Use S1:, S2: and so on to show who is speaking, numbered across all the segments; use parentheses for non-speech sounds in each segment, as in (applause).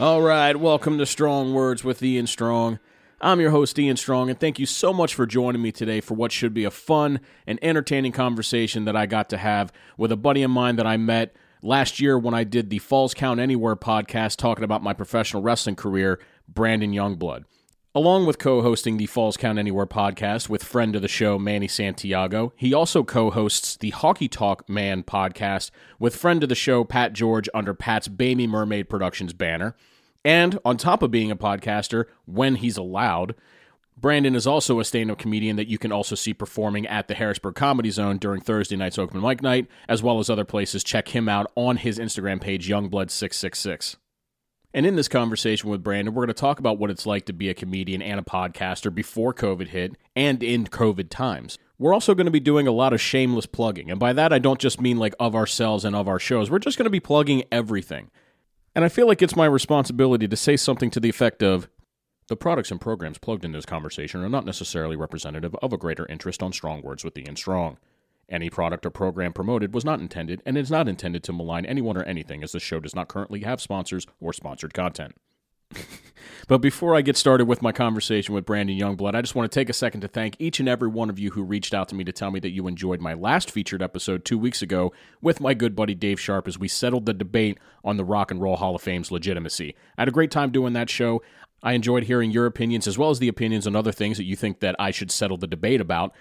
S1: right, welcome to Strong Words with Ian Strong. I'm your host, Ian Strong, and thank you so much for joining me today for what should be a fun and entertaining conversation that I got to have with a buddy of mine that I met last year when I did the Falls Count Anywhere podcast talking about my professional wrestling career, Brandon Youngblood. Along with co hosting the Falls Count Anywhere podcast with friend of the show, Manny Santiago, he also co hosts the Hockey Talk Man podcast with friend of the show, Pat George, under Pat's Baby Mermaid Productions banner. And on top of being a podcaster, when he's allowed, Brandon is also a stand up comedian that you can also see performing at the Harrisburg Comedy Zone during Thursday night's open mic night, as well as other places. Check him out on his Instagram page, Youngblood666. And in this conversation with Brandon, we're going to talk about what it's like to be a comedian and a podcaster before COVID hit and in COVID times. We're also going to be doing a lot of shameless plugging. And by that, I don't just mean like of ourselves and of our shows. We're just going to be plugging everything. And I feel like it's my responsibility to say something to the effect of the products and programs plugged in this conversation are not necessarily representative of a greater interest on Strong Words with Ian Strong. Any product or program promoted was not intended and is not intended to malign anyone or anything, as this show does not currently have sponsors or sponsored content. (laughs) But before I get started with my conversation with Brandon Youngblood, I just want to take a second to thank each and every one of you who reached out to me to tell me that you enjoyed my last featured episode two weeks ago with my good buddy Dave Sharp as we settled the debate on the Rock and Roll Hall of Fame's legitimacy. I had a great time doing that show. I enjoyed hearing your opinions as well as the opinions on other things that you think that I should settle the debate about.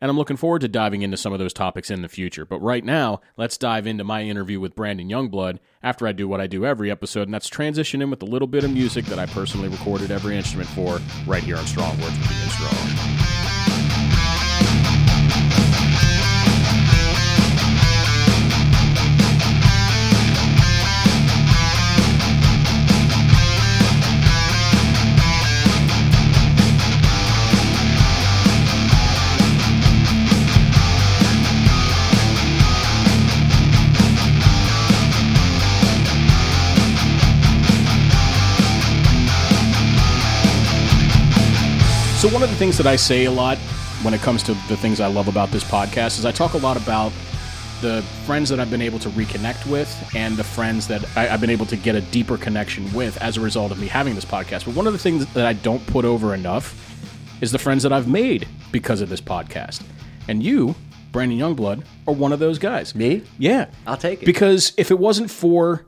S1: And I'm looking forward to diving into some of those topics in the future. But right now, let's dive into my interview with Brandon Youngblood after I do what I do every episode, and that's transition in with a little bit of music that I personally recorded every instrument for right here on Strong Words with Ian Strong. So, one of the things that I say a lot when it comes to the things I love about this podcast is I talk a lot about the friends that I've been able to reconnect with and the friends that I, I've been able to get a deeper connection with as a result of me having this podcast. But one of the things that I don't put over enough is the friends that I've made because of this podcast. And you, Brandon Youngblood, are one of those guys.
S2: Me?
S1: Yeah.
S2: I'll take it.
S1: Because if it wasn't for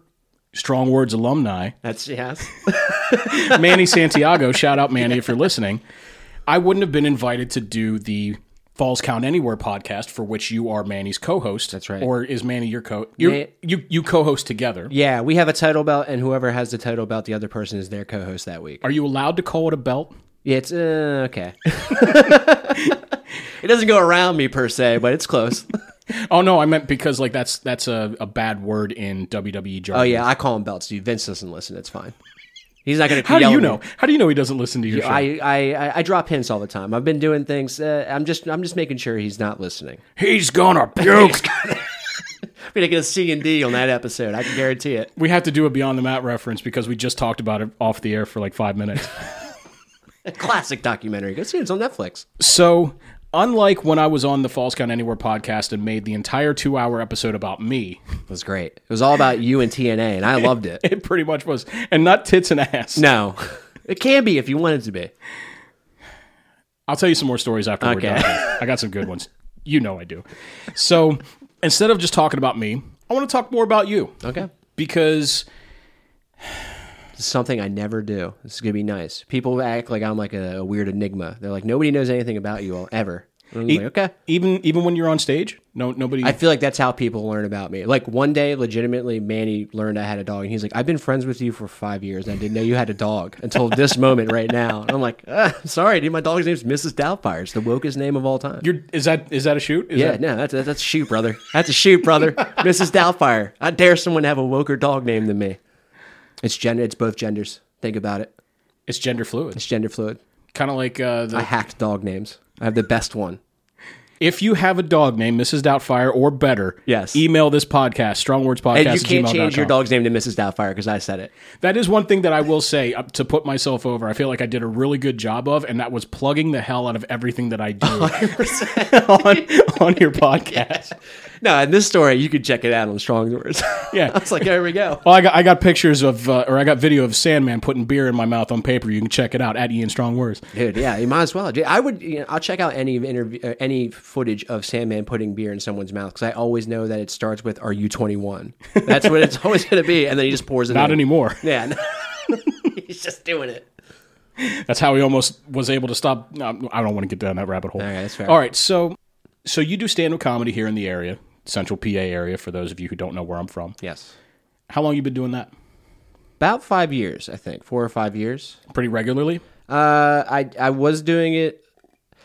S1: Strong Words alumni,
S2: That's (laughs) yes.
S1: Manny Santiago, shout out Manny if you're listening. I wouldn't have been invited to do the Falls Count Anywhere podcast for which you are Manny's co-host. That's
S2: right.
S1: Or is Manny your co? you
S2: Ma-
S1: you you co-host together.
S2: yeah, we have a title belt, and whoever has the title belt, the other person is their co-host that week.
S1: Are you allowed to call it a belt?
S2: Yeah, it's uh, (laughs) okay. it doesn't go around me per se, but it's close.
S1: Oh no, I meant because like that's that's a, a bad word in WWE jargon.
S2: oh yeah, I call him belts, dude. Vince doesn't listen. It's fine. He's not gonna.
S1: How do
S2: yell
S1: you
S2: at me.
S1: know? How do you know he doesn't listen to your show?
S2: I, I I- I drop hints all the time. I've been doing things. Uh, I'm just I'm just making sure he's not listening.
S1: He's gonna puke.
S2: I'm gonna get a C and D on that episode. I can guarantee it.
S1: we have to do a Beyond the Mat reference because we just talked about it off the air for like five minutes.
S2: Classic documentary. Go see it. It's on Netflix.
S1: So, unlike when I was on the Falls Count Anywhere podcast and made the entire two hour episode about me, (laughs)
S2: It was great. It was all about you and TNA, and (laughs) I loved it.
S1: it pretty much was, and not tits and ass.
S2: No. It can be if you want it to be.
S1: I'll tell you some more stories after we're
S2: Okay.
S1: done. here. I got some good ones. You know I do. So, instead of just talking about me, I want to talk more about you
S2: Okay.
S1: because
S2: It's something I never do. This is going to be nice. People act like I'm like a, a weird enigma. They're like, nobody knows anything about you all, ever. And I'm like, okay.
S1: even even when you're on stage, no nobody.
S2: I feel like that's how people learn about me. Like one day, legitimately, Manny learned I had a dog, and he's like, "I've been friends with you for five years, and I didn't know you had a dog until this moment right now." And I'm like, ah, "Sorry, dude, my dog's name's Mrs. Doubtfire. It's the wokest name of all time."
S1: you're, is that is that a shoot? Is
S2: yeah,
S1: that-
S2: no, that's that's a shoot, brother. That's a shoot, brother. Mrs. Doubtfire. I dare someone to have a woker dog name than me. It's gender. It's both genders. Think about it.
S1: it's gender fluid.
S2: It's gender fluid.
S1: Kind of like uh, the
S2: I hacked dog names. I have the best one.
S1: If you have a dog named Mrs. Doubtfire or better,
S2: Yes.
S1: email this podcast, strongwordspodcast.
S2: And you can't
S1: at
S2: change your
S1: gmail.com.
S2: dog's name to Mrs. Doubtfire because I said it.
S1: That is one thing that I will say uh, to put myself over. I feel like I did a really good job of, and that was
S2: (laughs)
S1: plugging the hell out of everything that I do on, on your podcast.
S2: No, in this story, you could check it out on Strong Words. (laughs)
S1: Yeah.
S2: it's like there we go.
S1: Well, Oh, I got I got pictures of uh, or I got video of Sandman putting beer in my mouth on paper. You can check it out at Ian Strong Words.
S2: Dude, yeah, you might as well. Dude, I would. You know, I'll check out any interview, uh, any footage of Sandman putting beer in someone's mouth because I always know that it starts with "Are you 21?" That's what it's (laughs) always going to be, and then he just pours it.
S1: Not
S2: in.
S1: anymore. (laughs)
S2: Yeah, (laughs) he's just doing it.
S1: That's how he almost was able to stop. No, I don't want to get down that rabbit hole.
S2: All right, that's fair.
S1: All right, so so you do stand up comedy here in the area, Central PA area. For those of you who don't know where I'm from,
S2: Yes,
S1: how long you been doing that?
S2: about five years, I think, four or five years.
S1: Pretty regularly.
S2: Uh, I I was doing it.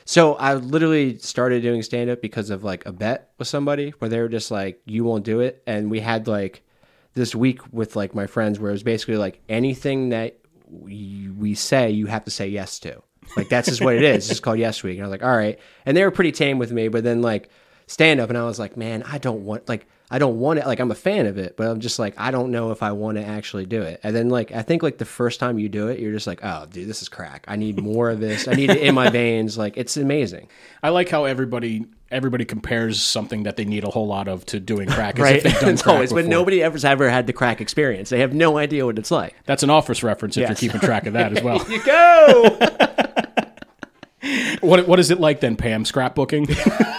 S2: So I literally started doing stand up because of like a bet with somebody where they were just like, "You won't do it," and we had like this week with like my friends where it was basically like anything that we, we say, you have to say yes to. Like that's just what it is. It's just called Yes Week. And I was like, "All right," and they were pretty tame with me. But then like stand up, and I was like, "Man, I don't want like." I don't want it. Like I'm a fan of it, but I'm just like I don't know if I want to actually do it. And then like I think like the first time you do it, you're just like, oh, dude, this is crack. I need more of this. I need it in my veins. Like it's amazing.
S1: I like how everybody everybody compares something that they need a whole lot of to doing crack. as if they've done
S2: (laughs) it's
S1: crack
S2: always, but
S1: before.
S2: nobody ever's ever had the crack experience. They have no idea what it's like.
S1: That's an office reference if
S2: Yes.
S1: you're keeping track of that as
S2: (laughs)
S1: well.
S2: You go.
S1: what what is it like then, Pam?
S2: (laughs)
S1: Scrapbooking.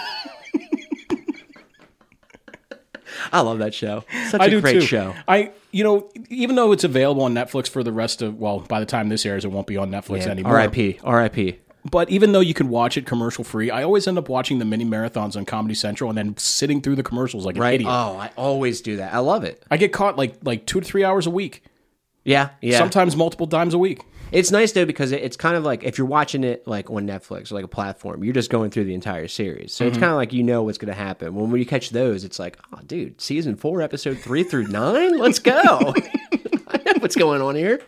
S2: I love that show. Such
S1: I
S2: a
S1: do
S2: great
S1: too.
S2: show.
S1: I you know even though it's available on Netflix for the rest of well by the time this airs it won't be on Netflix anymore.
S2: R.I.P. R.I.P.
S1: But even though you can watch it commercial free, I always end up watching the mini marathons on Comedy Central and then sitting through the commercials like an
S2: Right.
S1: idiot.
S2: Oh, I always do that. I love it.
S1: I get caught like like two to three hours a week,
S2: Yeah. Yeah.
S1: sometimes multiple times a week.
S2: It's nice though because it- it's kind of like if you're watching it like on Netflix or like a platform, you're just going through the entire series. So it's kind of like you know what's going to happen. When you catch those, it's like, oh, dude, season four, episode three through nine, let's go. (laughs) I know what's going on here.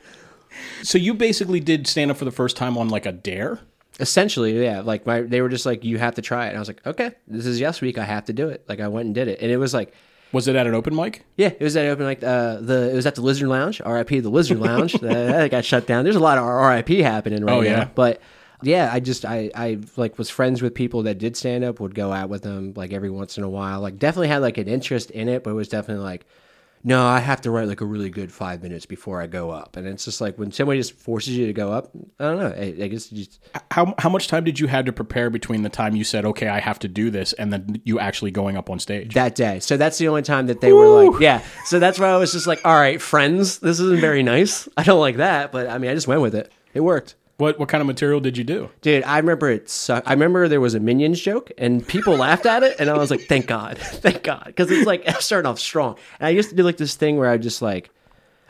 S1: So you basically did stand up for the first time on like a dare.
S2: Essentially, yeah. Like my, they were just like, you have to try it. And I was like, okay, this is yes week. I have to do it. Like I went and did it, and it was like.
S1: Was it at an open mic?
S2: Yeah, it was at open like uh, the it was at the Lizard Lounge, R.I.P. the
S1: (laughs)
S2: Lizard Lounge. that, that got shut down. There's a lot of R.I.P. happening right
S1: Oh,
S2: now.
S1: yeah.
S2: But yeah, I just I I like was friends with people that did stand up, would go out with them like every once in a while. Like definitely had like an interest in it, but it was definitely like, no, I have to write like a really good five minutes before I go up. And it's just like when somebody just forces you to go up, I don't know. I, I guess you just
S1: How how much time did you had to prepare between the time you said okay I have to do this and then you actually going up on stage?
S2: that day. So that's the only time that they were like, yeah. So that's why I was just like, all right, friends, this isn't very nice. I don't like that, but I mean, I just went with it. It worked.
S1: what what kind of material did you do?
S2: Dude, I remember it sucked. I remember there was a Minions joke and people laughed at it. And I was like, thank God. (laughs) Thank God. Because it's like, I started off strong. And I used to do like this thing where I just like,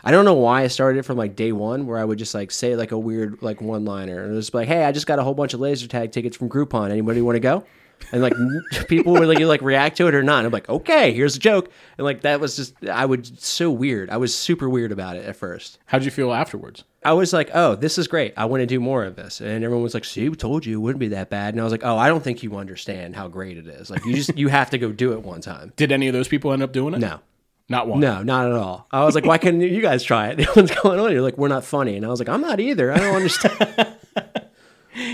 S2: I don't know why I started it from like day one where I would just like say like a weird like one liner. And it was like, hey, I just got a whole bunch of laser tag tickets from Groupon. Anybody want to go? And like (laughs) people would like, like react to it or not. And I'm like, okay, here's a joke. And like that was just, I would, so weird. I was super weird about it at first.
S1: How'd you feel afterwards?
S2: I was like, oh, this is great. I want to do more of this. And everyone was like, see, we told you it wouldn't be that bad. And I was like, oh, I don't think you understand how great it is. Like, you just, you have to go do it one time.
S1: Did any of those people end up doing it?
S2: No,
S1: Not one.
S2: no, not at all. I was like, why couldn't you guys try it? (laughs) What's going on? You're like, we're not funny. And I was like, I'm not either. I don't understand. (laughs)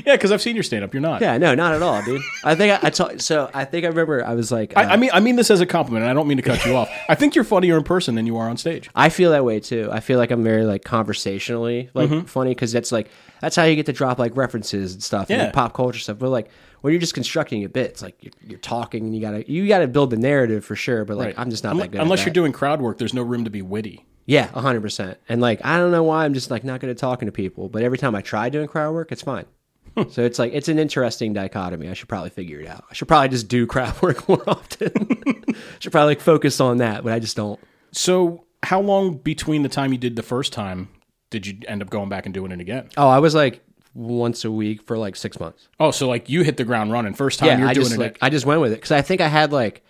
S1: Yeah, because I've seen your stand up. You're not.
S2: yeah, no, not at all, dude. I think I, I ta- so I think I remember I was like, uh,
S1: I, I mean, I mean this as a compliment. and I don't mean to cut you off. I think you're funnier in person than you are on stage.
S2: I feel that way too. I feel like I'm very like conversationally like
S1: Mm-hmm.
S2: funny because that's like that's how you get to drop like references and stuff and
S1: Yeah.
S2: like, pop culture stuff. But like when you're just constructing a bit, it's like you're, you're talking and you gotta you gotta build the narrative for sure. But like I'm just not
S1: Unle-
S2: that good.
S1: Unless
S2: at
S1: you're
S2: that.
S1: doing crowd work, there's no room to be witty.
S2: yeah, hundred percent. And like I don't know why I'm just like not good at talking to people. But every time I try doing crowd work, it's fine.
S1: Hmm.
S2: so it's like it's an interesting dichotomy. I should probably figure it out. I should probably just do (laughs) crowd work more often. (laughs) should probably like focus on that, but I just don't.
S1: So, how long between the time you did the first time did you end up going back and doing it again?
S2: Oh, I was like once a week for like six months.
S1: Oh, so like you hit the ground running first time you're
S2: I
S1: doing
S2: just
S1: it.
S2: like I just went with it because I think I had like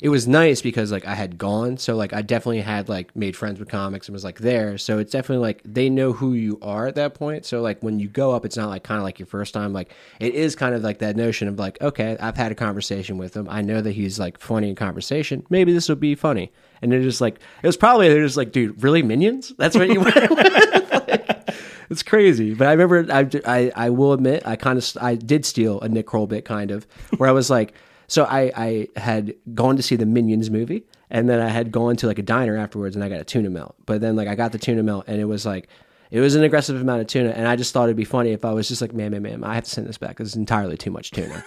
S2: it was nice because like I had gone, so like I definitely had like made friends with comics and was like there. So it's definitely like they know who you are at that point. So like when you go up, it's not like kind of like your first time. Like it is kind of like that notion of like okay, I've had a conversation with him. I know that he's like funny in conversation. Maybe this will be funny. And they're just like it was probably they're just like dude, really minions? That's what you (laughs) went it's crazy. But I remember, I, I, I will admit, I kind of, I did steal a Nick Kroll bit, kind of, where I was like, So I, I had gone to see the Minions movie, and then I had gone to like a diner afterwards, and I got a tuna melt. But then like I got the tuna melt, and it was like it was an aggressive amount of tuna, and I just thought it'd be funny if I was just like, man, man, man, I have to send this back. This is entirely too much tuna.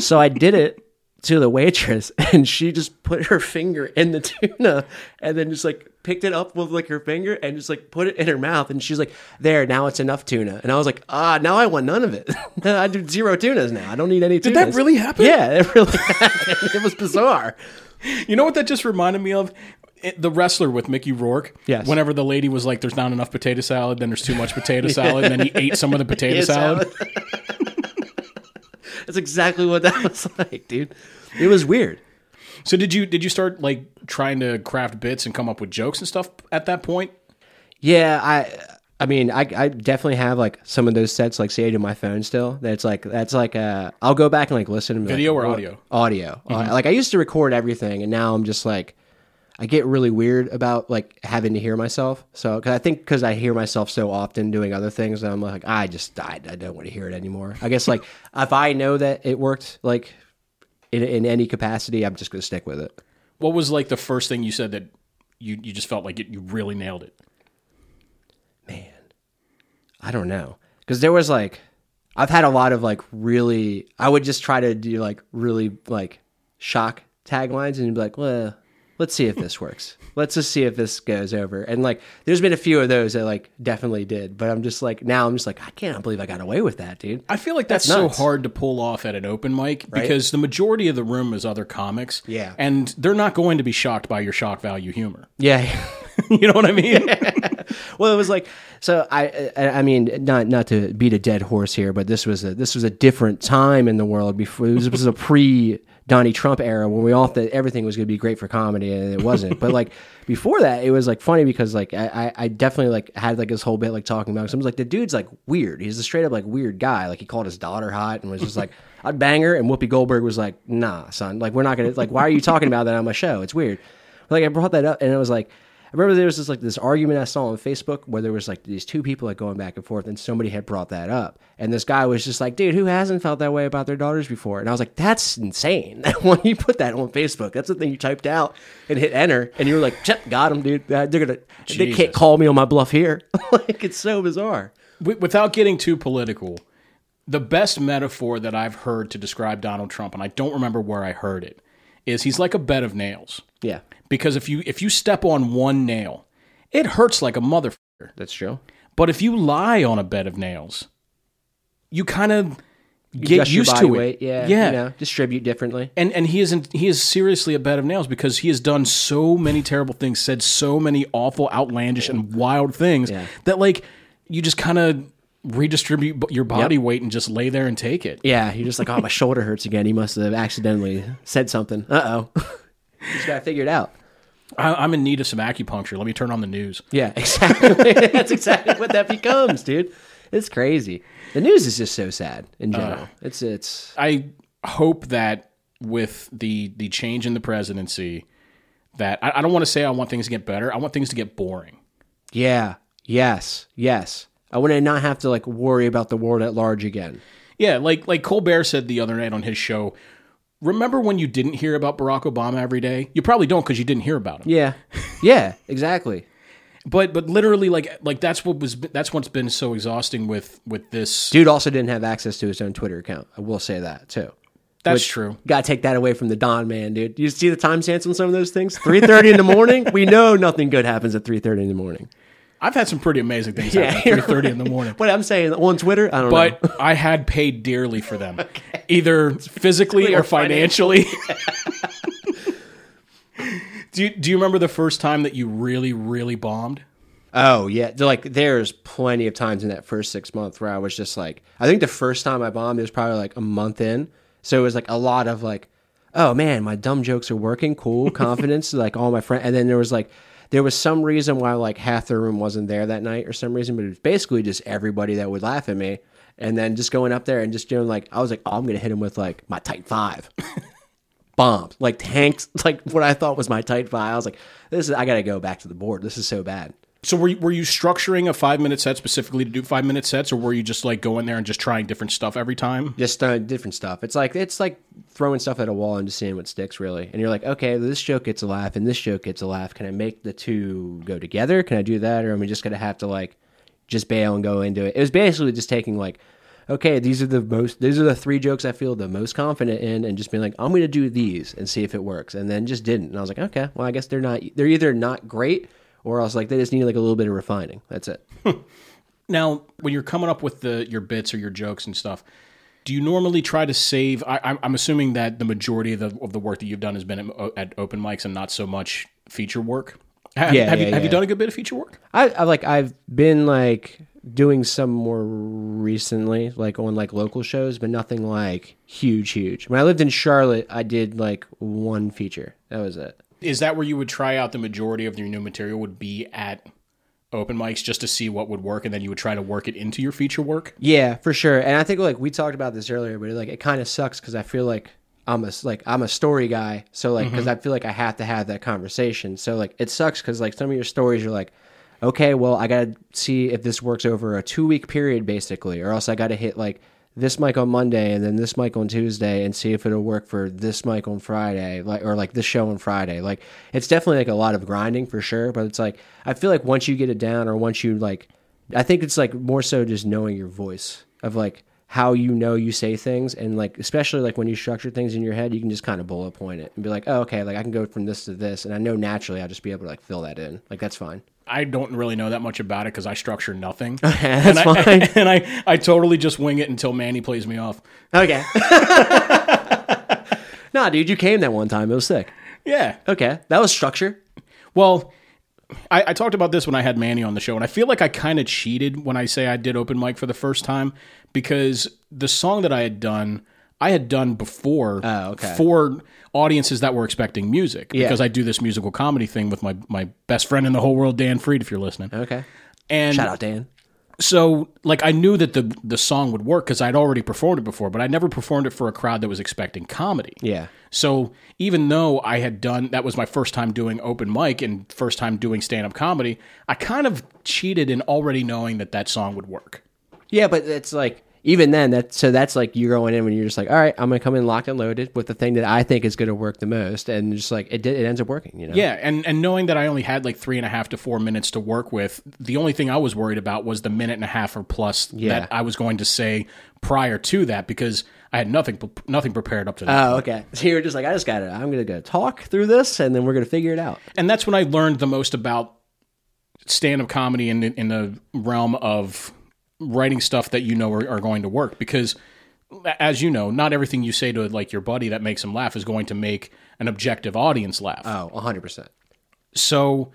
S2: so I did it to the waitress, (laughs) and she just put her finger in the tuna, and then just like picked it up with like her finger and just like put it in her mouth, and she's like, "There, now it's enough tuna." And I was like, "Ah, now I want none of it. (laughs) I do zero tunas now. I don't need any." Did
S1: that really happen?
S2: Yeah, it really (laughs) happened. It was bizarre.
S1: You know what that just reminded me of? It- the wrestler with Mickey Rourke.
S2: Yes.
S1: Whenever the lady was like, "There's not enough potato salad," then there's too much potato salad, and then (laughs) he ate some of the potato
S2: It's
S1: salad.
S2: (laughs) That's exactly what that was like, dude. It was weird.
S1: So did you did you start like trying to craft bits and come up with jokes and stuff at that point?
S2: Yeah, I I mean, I, I definitely have like some of those sets like saved in my phone still. That's like that's like uh I'll go back and like listen to
S1: Video or audio? Mm-hmm.
S2: Audio. Uh, like I used to record everything and now I'm just like I get really weird about like having to hear myself. So cause I think cuz I hear myself so often doing other things that I'm like I just died. I don't want to hear it anymore. I
S1: (laughs)
S2: guess like if I know that it worked like in in any capacity, I'm just going to stick with it.
S1: What was like the first thing you said that you you just felt like it, you really nailed it?
S2: man i don't know because there was like i've had a lot of like really i would just try to do like really like shock taglines and you'd be like well let's see if this works let's just see if this goes over and like there's been a few of those that like definitely did but i'm just like now i'm just like i can't believe i got away with that dude
S1: I feel like that's,
S2: That's
S1: so
S2: nuts.
S1: hard to pull off at an open mic because the majority of the room is other comics.
S2: Yeah.
S1: And they're not going to be shocked by your shock value humor.
S2: yeah (laughs)
S1: you know what I mean?
S2: well, it was like so. I, I I mean, not not to beat a dead horse here, but this was a this was a different time in the world before. This was a pre Donnie Trump era when we all thought everything was going to be great for comedy, and it wasn't. but like before that, it was like funny because like I, I I definitely like had like this whole bit like talking about. Someone's like the dude's like weird. He's a straight up like weird guy. Like he called his daughter hot and was just like. (laughs) I'd bang her, and Whoopi Goldberg was like, "Nah, son. Like, we're not gonna. Like, why are you talking about that on my show? It's weird." Like, I brought that up, and it was like, I remember there was this like this argument I saw on Facebook where there was like these two people like going back and forth, and somebody had brought that up, and this guy was just like, "Dude, who hasn't felt that way about their daughters before?" And I was like, "That's insane." (laughs) when you put that on Facebook, that's the thing you typed out and hit enter, and you were like, "Chep, "Got him, dude. Uh, They're gonna they
S1: Jesus.
S2: can't call me on my bluff here." (laughs) like, it's so bizarre.
S1: Wi- without getting too political, the best metaphor that I've heard to describe Donald Trump, and I don't remember where I heard it, is he's like a bed of nails.
S2: Yeah,
S1: Because if you if you step on one nail, it hurts like a motherfucker.
S2: that's true.
S1: But if you lie on a bed of nails, you kind of get
S2: Adjust your
S1: used
S2: body
S1: to it.
S2: weight, Yeah,
S1: yeah.
S2: You know, distribute differently.
S1: And and he isn't he is seriously a bed of nails because he has done so many terrible things, said so many awful, outlandish, and wild things
S2: Yeah.
S1: that like you just kind of redistribute b- your body weight and just lay there and take it.
S2: Yeah, you're just like, oh, my shoulder hurts again. He must have accidentally said something. Uh (laughs) oh. just got to figure it out.
S1: I, I'm in need of some acupuncture. Let me turn on the news.
S2: Yeah, (laughs) exactly. That's exactly what that becomes, dude. It's crazy. The news is just so sad in general. it's it's
S1: I hope that with the the change in the presidency, that I, I don't want to say I want things to get better. I want things to get boring.
S2: yeah, yes, yes. I want to not have to like worry about the world at large again.
S1: Yeah, like like Colbert said the other night on his show. Remember when you didn't hear about Barack Obama every day? You probably don't because you didn't hear about him.
S2: Yeah, yeah, exactly.
S1: But but literally like like that's what was that's what's been so exhausting with with this.
S2: Dude also didn't have access to his own Twitter account. I will say that too.
S1: That's true.
S2: Got to take that away from the Don man, dude. You see the timestamps on some of those things? Three thirty in the morning. We know nothing good happens at three thirty in the morning.
S1: I've had some pretty amazing things
S2: Yeah,
S1: happen at three thirty in the morning.
S2: What I'm saying on Twitter, I don't know.
S1: But I had paid dearly for them,
S2: (laughs)
S1: either physically or
S2: or
S1: financially.
S2: (laughs)
S1: (laughs) do you, do you remember the first time that you really really bombed?
S2: Oh yeah, They're like there's plenty of times in that first six months where I was just like, I think the first time I bombed it was probably like a month in, so it was like a lot of like, oh man, my dumb jokes are working, cool, confidence, like all my friends, and then there was like, there was some reason why like half the room wasn't there that night or some reason, but it was basically just everybody that would laugh at me, and then just going up there and just doing like, I was like, oh, I'm gonna hit him with like my tight five. Bombed like tanks, like what I thought was my tight five. I was like, "This is I gotta go back to the board. This is so bad."
S1: So were you, were you structuring a five minute set specifically to do five minute sets, or were you just like going there and just trying different stuff every time?
S2: just uh, different stuff. It's like it's like throwing stuff at a wall and just seeing what sticks, really. And you're like, okay, this joke gets a laugh and this joke gets a laugh. Can I make the two go together? Can I do that? Or am I just going to have to like just bail and go into it? It was basically just taking like, okay, these are the most, these are the three jokes I feel the most confident in and just being like, I'm going to do these and see if it works. And then just didn't. And I was like, okay, well, I guess they're not, they're either not great or else like they just need like a little bit of refining. That's it.
S1: Now, when you're coming up with the your bits or your jokes and stuff, do you normally try to save? I, I'm, I'm assuming that the majority of the of the work that you've done has been at, uh, at open mics and not so much feature work. Have,
S2: Yeah,
S1: have you
S2: yeah,
S1: have you
S2: yeah.
S1: done a good bit of feature work?
S2: I, I like I've been like doing some more recently, like on like local shows, but nothing like huge, huge. When I lived in Charlotte, I did like one feature. That was it.
S1: Is that where you would try out the majority of your new material would be at open mics just to see what would work, and then you would try to work it into your feature work?
S2: Yeah, for sure. And I think like we talked about this earlier, but like it kind of sucks because I feel like I'm a s- like I'm a story guy, so like because I feel like I have to have that conversation. So like it sucks because like some of your stories you're like, okay, well I gotta see if this works over a two week period basically, or else I gotta hit like this mic on Monday and then this mic on Tuesday and see if it'll work for this mic on Friday, like or like this show on Friday. Like it's definitely like a lot of grinding for sure, but it's like I feel like once you get it down or once you like I think it's like more so just knowing your voice of like how you know you say things and like especially like when you structure things in your head, you can just kind of bullet point it and be like, oh, okay, like I can go from this to this, and I know naturally I'll just be able to like fill that in. Like that's fine.
S1: I don't really know that much about it because I structure nothing.
S2: (laughs) That's
S1: and I,
S2: fine.
S1: (laughs) And I, I totally just wing it until Manny plays me off.
S2: Okay. (laughs) nah, dude, you came that one time. It was sick.
S1: Yeah.
S2: Okay, that was structure.
S1: Well, I, I talked about this when I had Manny on the show, and I feel like I kind of cheated when I say I did open mic for the first time because the song that I had done, I had done before
S2: Oh, okay.
S1: for audiences that were expecting music because I do this musical comedy thing with my, my best friend in the whole world, Dan Freed, if you're listening.
S2: Okay.
S1: And
S2: Shout out Dan.
S1: so like I knew that the the song would work because I'd already performed it before, but I never performed it for a crowd that was expecting comedy.
S2: Yeah.
S1: So even though I had done that was my first time doing open mic and first time doing stand up comedy, I kind of cheated in already knowing that that song would work.
S2: Yeah, but it's like even then that so that's like you're going in when you're just like, all right, I'm gonna come in locked and loaded with the thing that I think is gonna work the most, and just like it did, it ends up working, you know?
S1: Yeah, and and knowing that I only had like three and a half to four minutes to work with, the only thing I was worried about was the minute and a half or plus
S2: Yeah.
S1: that I was going to say prior to that because I had nothing nothing prepared up to that.
S2: Oh, okay. So you were just like, I just got it. I'm gonna go talk through this, and then we're gonna figure it out.
S1: and that's when I learned the most about stand-up comedy in the, in the realm of writing stuff that you know are, are going to work because as you know not everything you say to like your buddy that makes him laugh is going to make an objective audience laugh
S2: Oh, 100 percent.
S1: so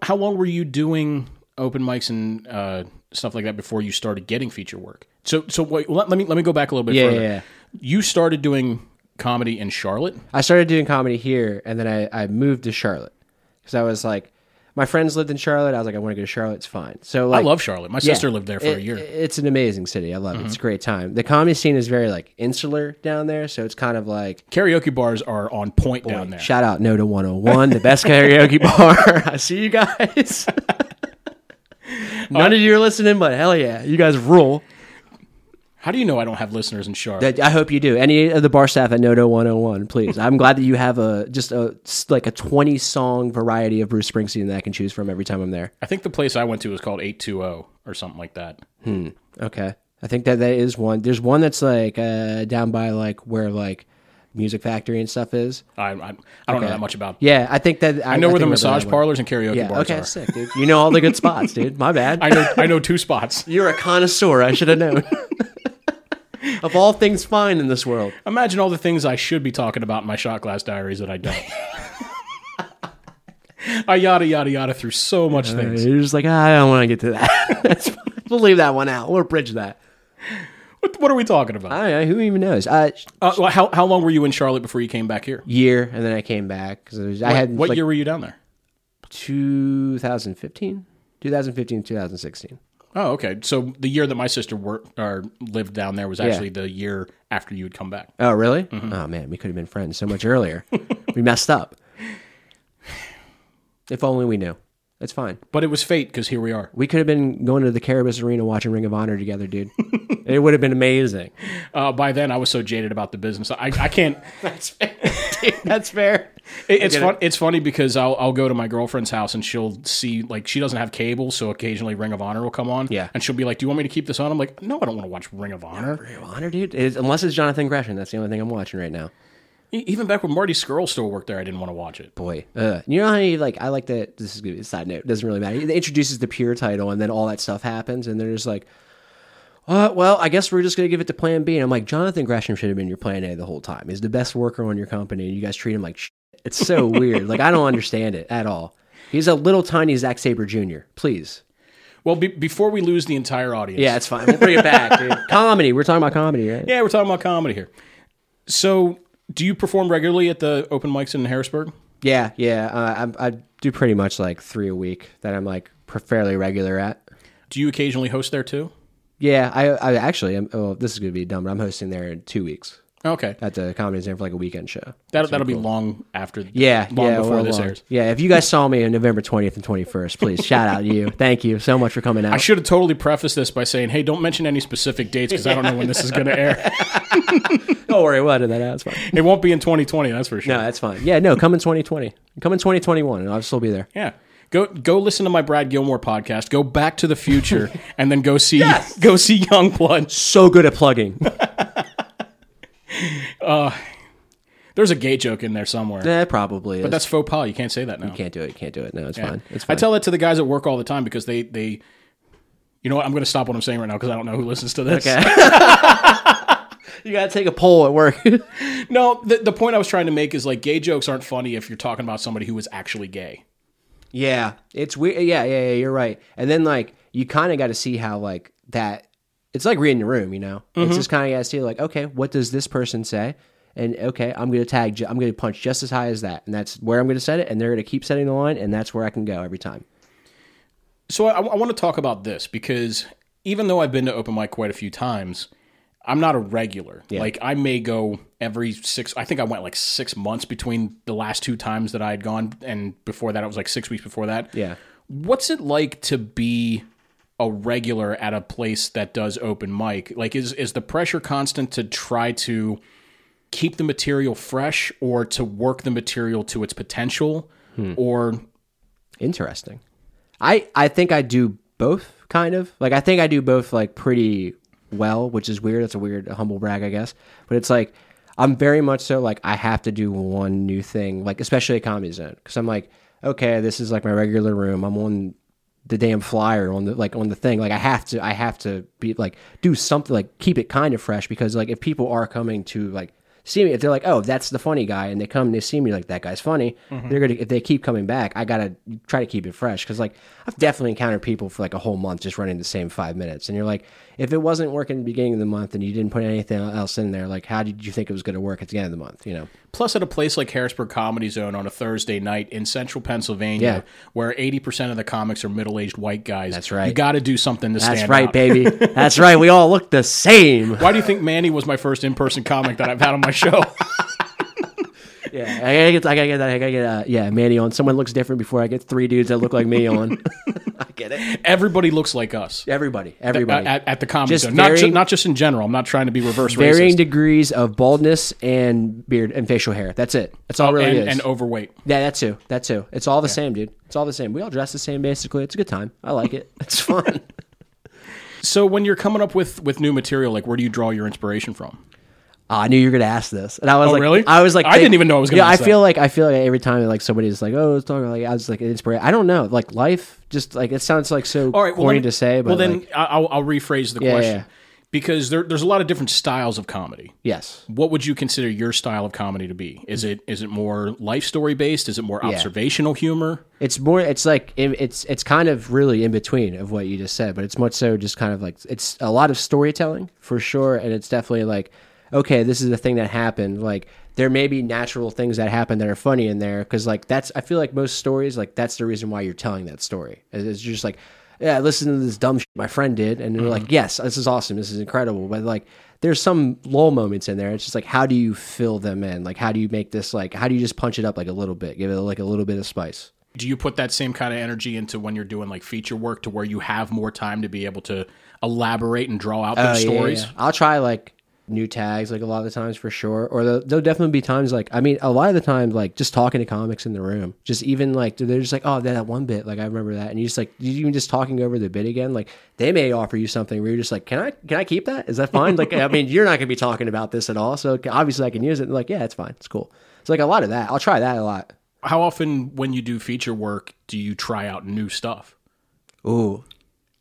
S1: how long were you doing open mics and uh, stuff like that before you started getting feature work so so wait, let, let me let me go back a little bit
S2: Yeah,
S1: further
S2: yeah, yeah.
S1: you started doing comedy in charlotte
S2: I started doing comedy here, and then I, I moved to Charlotte because I was like, my friends lived in Charlotte. I was like, I want to go to Charlotte. It's fine. So
S1: i
S2: like,
S1: love charlotte my
S2: Yeah.
S1: sister lived there for a
S2: It-
S1: year Mm-hmm.
S2: It's an amazing city. I love it. It's a great time. The comedy scene is very like insular down there, so it's kind of like
S1: karaoke bars are on point down there
S2: Shout out No to 101, the best
S1: (laughs)
S2: karaoke bar. (laughs) I see you guys. (laughs) None of you are listening, but hell yeah, you guys rule.
S1: How do you know I don't have listeners in Charlotte?
S2: That- I hope you do. Any of the bar staff at No to 101, please. I'm glad that you have a just a like a 20 song variety of Bruce Springsteen that I can choose from every time I'm there.
S1: I think the place I went to was called 820 or something like that.
S2: Okay, I think that that is one. There's one that's like uh, down by like where like Music Factory and stuff is.
S1: I, I, I don't know that much about.
S2: Yeah, I think that I,
S1: I know where the
S2: think I remember
S1: massage
S2: that one.
S1: parlors and karaoke
S2: Yeah,
S1: bars
S2: okay,
S1: are.
S2: (laughs) sick, dude. You know all the good spots, dude. My bad.
S1: (laughs) I know I know two spots.
S2: You're a connoisseur. I should have known. (laughs) of all things fine in this world.
S1: Imagine all the things I should be talking about in my shot glass diaries that I
S2: (laughs)
S1: don't. I yada yada yada through so much things.
S2: You're just like, "Ah, I don't want to get to that. (laughs) That's fine. We'll leave that one out. We'll bridge that.
S1: What, what are we talking about?
S2: I don't know. Who even knows? Uh,
S1: Uh, well, how how long were you in Charlotte before you came back here?
S2: year, and then I came back because I had
S1: What
S2: like
S1: year were you down there?
S2: 2015, 2015, 2016.
S1: Oh, okay. So the year that my sister worked or lived down there was actually the year after you had come back.
S2: Oh, really? Oh man, we could have been (laughs) friends so much earlier. we messed up. If only we knew. That's fine.
S1: But it was fate because here we are.
S2: We could have been going to the Caribous Arena watching Ring of Honor together, (laughs) dude. it would have been amazing.
S1: Uh, by then, I was so jaded about the business. I, I
S2: (laughs)
S1: can't.
S2: That's fair. That's fair.
S1: It, it's
S2: get
S1: fun, It's funny because I'll, I'll go to my girlfriend's house and she'll see like she doesn't have cable, so occasionally Ring of Honor will come on.
S2: Yeah.
S1: and she'll be like, "Do you want me to keep this on?" I'm like, "No, I don't want to watch Ring of Honor."
S2: Ring of Honor, dude. It is, unless it's Jonathan Gresham, that's the only thing I'm watching right now.
S1: E- Even back when Marty Skrull still worked there, I didn't want to watch it.
S2: Boy, Ugh. you know how he like I like that. This is gonna be a side note. Doesn't really matter. He introduces the pure title, and then all that stuff happens, and they're just like, uh, "Well, I guess we're just gonna give it to Plan B." And I'm like, Jonathan Gresham should have been your Plan A the whole time. He's the best worker on your company, and you guys treat him like shit. It's so weird. Like I don't understand it at all. He's a little tiny Zack Saber Jr. Please,
S1: Well, be- before we lose the entire audience,
S2: yeah, it's fine. We'll bring it back, dude. Comedy. We're talking about comedy, right?
S1: yeah, we're talking about comedy here. So, do you perform regularly at the open mics in Harrisburg?
S2: Yeah, yeah. Uh, I, I do pretty much like three a week that I'm like pr- fairly regular at.
S1: Do you occasionally host there too?
S2: Yeah, I, I actually am. Oh, this is going to be dumb, but I'm hosting there in two weeks
S1: Okay,
S2: at the Comedy Center for like a weekend show.
S1: that that'll be long after.
S2: Yeah,
S1: long
S2: yeah,
S1: before
S2: we're
S1: this
S2: along.
S1: airs.
S2: Yeah, if you guys saw me on November 20th and 21st, please shout out to
S1: (laughs)
S2: you. Thank you so much for coming out.
S1: I should have totally prefaced this by saying, "Hey, don't mention any specific dates because I don't know when this is going to air.
S2: Don't worry, we'll edit that out. It's
S1: (laughs)
S2: fine.
S1: It won't be in 2020, that's for sure."
S2: No, that's fine. Yeah, no, come in 2020. Come in 2021, and I'll still be there.
S1: Yeah. Go go listen to my Brad Gilmore podcast. Go back to the
S2: (laughs)
S1: future and then go see go see Young Blood.
S2: So good
S1: (laughs)
S2: at plugging.
S1: There's a gay joke in there somewhere.
S2: Eh, probably is.
S1: But that's faux pas. You can't say that now.
S2: can't do it. Can't do it. No, it's fine. It's
S1: I
S2: fine.
S1: tell that to the guys at work all the time because they they you know what? I'm going to stop what I'm saying right now because I don't know who listens to this.
S2: you got to take a poll at work. (laughs)
S1: No, the, the point I was trying to make is like gay jokes aren't funny if you're talking about somebody who is actually gay.
S2: Yeah, it's weird. Yeah, yeah, yeah. You're right. And then like you kind of got to see how like that. It's like reading the room, you know. It's just kind of got to see like, okay, what does this person say? And okay, I'm gonna tag. ju- I'm gonna punch just as high as that, and that's where I'm gonna set it. And they're gonna keep setting the line, and that's where I can go every time.
S1: So I, I want to talk about this because even though I've been to open mic quite a few times, I'm not a regular. Like I may go every six. I think I went like six months between the last two times that I had gone, and before that it was like six weeks before that.
S2: Yeah.
S1: What's it like to be a regular at a place that does open mic? Like, is is the pressure constant to try to keep the material fresh, or to work the material to its potential, or
S2: Interesting. I I think I do both kind of. Like I think I do both like pretty well, which is weird. That's a weird humble brag, I guess. But it's like I'm very much so like I have to do one new thing, like especially at Comedy Zone, because I'm like, okay, this is like my regular room. I'm on the damn flyer on the like on the thing. Like I have to I have to be like do something like keep it kind of fresh because like if people are coming to like see me if they're like oh that's the funny guy and they come and they see me like that guy's funny they're gonna if they keep coming back I gotta try to keep it fresh because like I've definitely encountered people for like a whole month just running the same five minutes and you're like if it wasn't working at the beginning of the month and you didn't put anything else in there like how did you think it was gonna work at the end of the month you know
S1: Plus, at a place like Harrisburg Comedy Zone on a Thursday night in central Pennsylvania, where 80% of the comics are middle aged white guys. That's
S2: right.
S1: You got to do something to
S2: that's
S1: stand
S2: right
S1: out.
S2: baby that's right we all look the same
S1: Why do you think Manny was my first in person comic that I've had on my show? (laughs)
S2: Yeah, I gotta get, I gotta get that. I gotta get, uh, yeah, Manny on. Someone looks different before I get three dudes that look like
S1: (laughs)
S2: me on. I get it.
S1: Everybody looks like us
S2: Everybody,
S1: uh,
S2: everybody.
S1: at, at the Comedy
S2: Just
S1: Zone. Not, ju-
S2: varying-
S1: not just in general. I'm not trying to be reverse
S2: Varying
S1: racist.
S2: degrees of baldness and beard and facial hair. That's it. That's all it really
S1: Oh, and,
S2: is.
S1: and overweight.
S2: yeah, that too. That too. It's all the same, dude. It's all the same. We all dress the same, basically. It's a good time. I like it. It's fun. (laughs)
S1: So, when you're coming up with, with new material, like where do you draw your inspiration from?
S2: Ah, I knew you were gonna ask this, and I was like,
S1: Oh, really?
S2: I was like,
S1: I didn't even know I was gonna
S2: Yeah,
S1: ask
S2: I
S1: that.
S2: feel like I feel like every time like somebody's like, oh, it's talking like I was like inspired. I don't know, like life, just like it sounds like so
S1: All right, well,
S2: corny
S1: let me-
S2: to say, but
S1: well, then
S2: like,
S1: I- I'll, I'll rephrase the question
S2: yeah.
S1: because there, there's a lot of different styles of comedy.
S2: yes.
S1: what would you consider your style of comedy to be? Is it is it more life story based? Is it more observational humor?
S2: It's more. It's like it- it's it's kind of really in between of what you just said, but it's much so just kind of like it's a lot of storytelling for sure, and it's definitely like okay, this is a thing that happened. Like there may be natural things that happen that are funny in there because like that's I feel like most stories like that's the reason why you're telling that story. It- It's just like yeah, I listened to this dumb shit my friend did, and they're like, yes, this is awesome, this is incredible, but like there's some lull moments in there. It's just like, how do you fill them in? Like, how do you make this like, how do you just punch it up like a little bit, give it like a little bit of spice?
S1: Do you put that same kind of energy into when you're doing like feature work to where you have more time to be able to elaborate and draw out
S2: Oh,
S1: those
S2: yeah,
S1: stories?
S2: yeah. I'll try like new tags like a lot of the times for sure. Or there'll, there'll definitely be times like I mean a lot of the times like just talking to comics in the room, just even like they're just like oh that, that one bit like I remember that, and you just like you even just talking over the bit again like they may offer you something where you're just like can I can I keep that is that fine like I mean you're not gonna be talking about this at all so obviously I can use it and like yeah it's fine it's cool. It's like a lot of that. I'll try that a lot.
S1: How often, when you do feature work, do you try out new stuff?
S2: Ooh.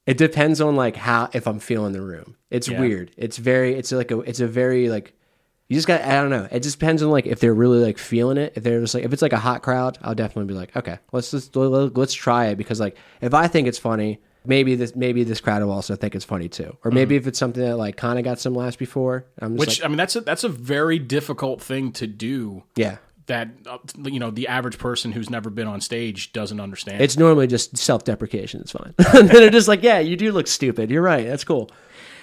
S2: It depends on like how if I'm feeling the room. It's weird. It's very it's like a it's a very like you just got I don't know. It just depends on like if they're really like feeling it. If they're just like if it's like a hot crowd, I'll definitely be like, okay, let's just let's try it because like if I think it's funny, maybe this maybe this crowd will also think it's funny too. Or maybe if it's something that like kind of got some laughs before, I'm just
S1: Which
S2: like,
S1: I mean, that's a, that's a very difficult thing to do.
S2: yeah.
S1: That uh, you know, the average person who's never been on stage doesn't understand.
S2: It's normally just self-deprecation. It's fine. (laughs) and they're just like, yeah, you do look stupid. You're right. That's cool. (laughs)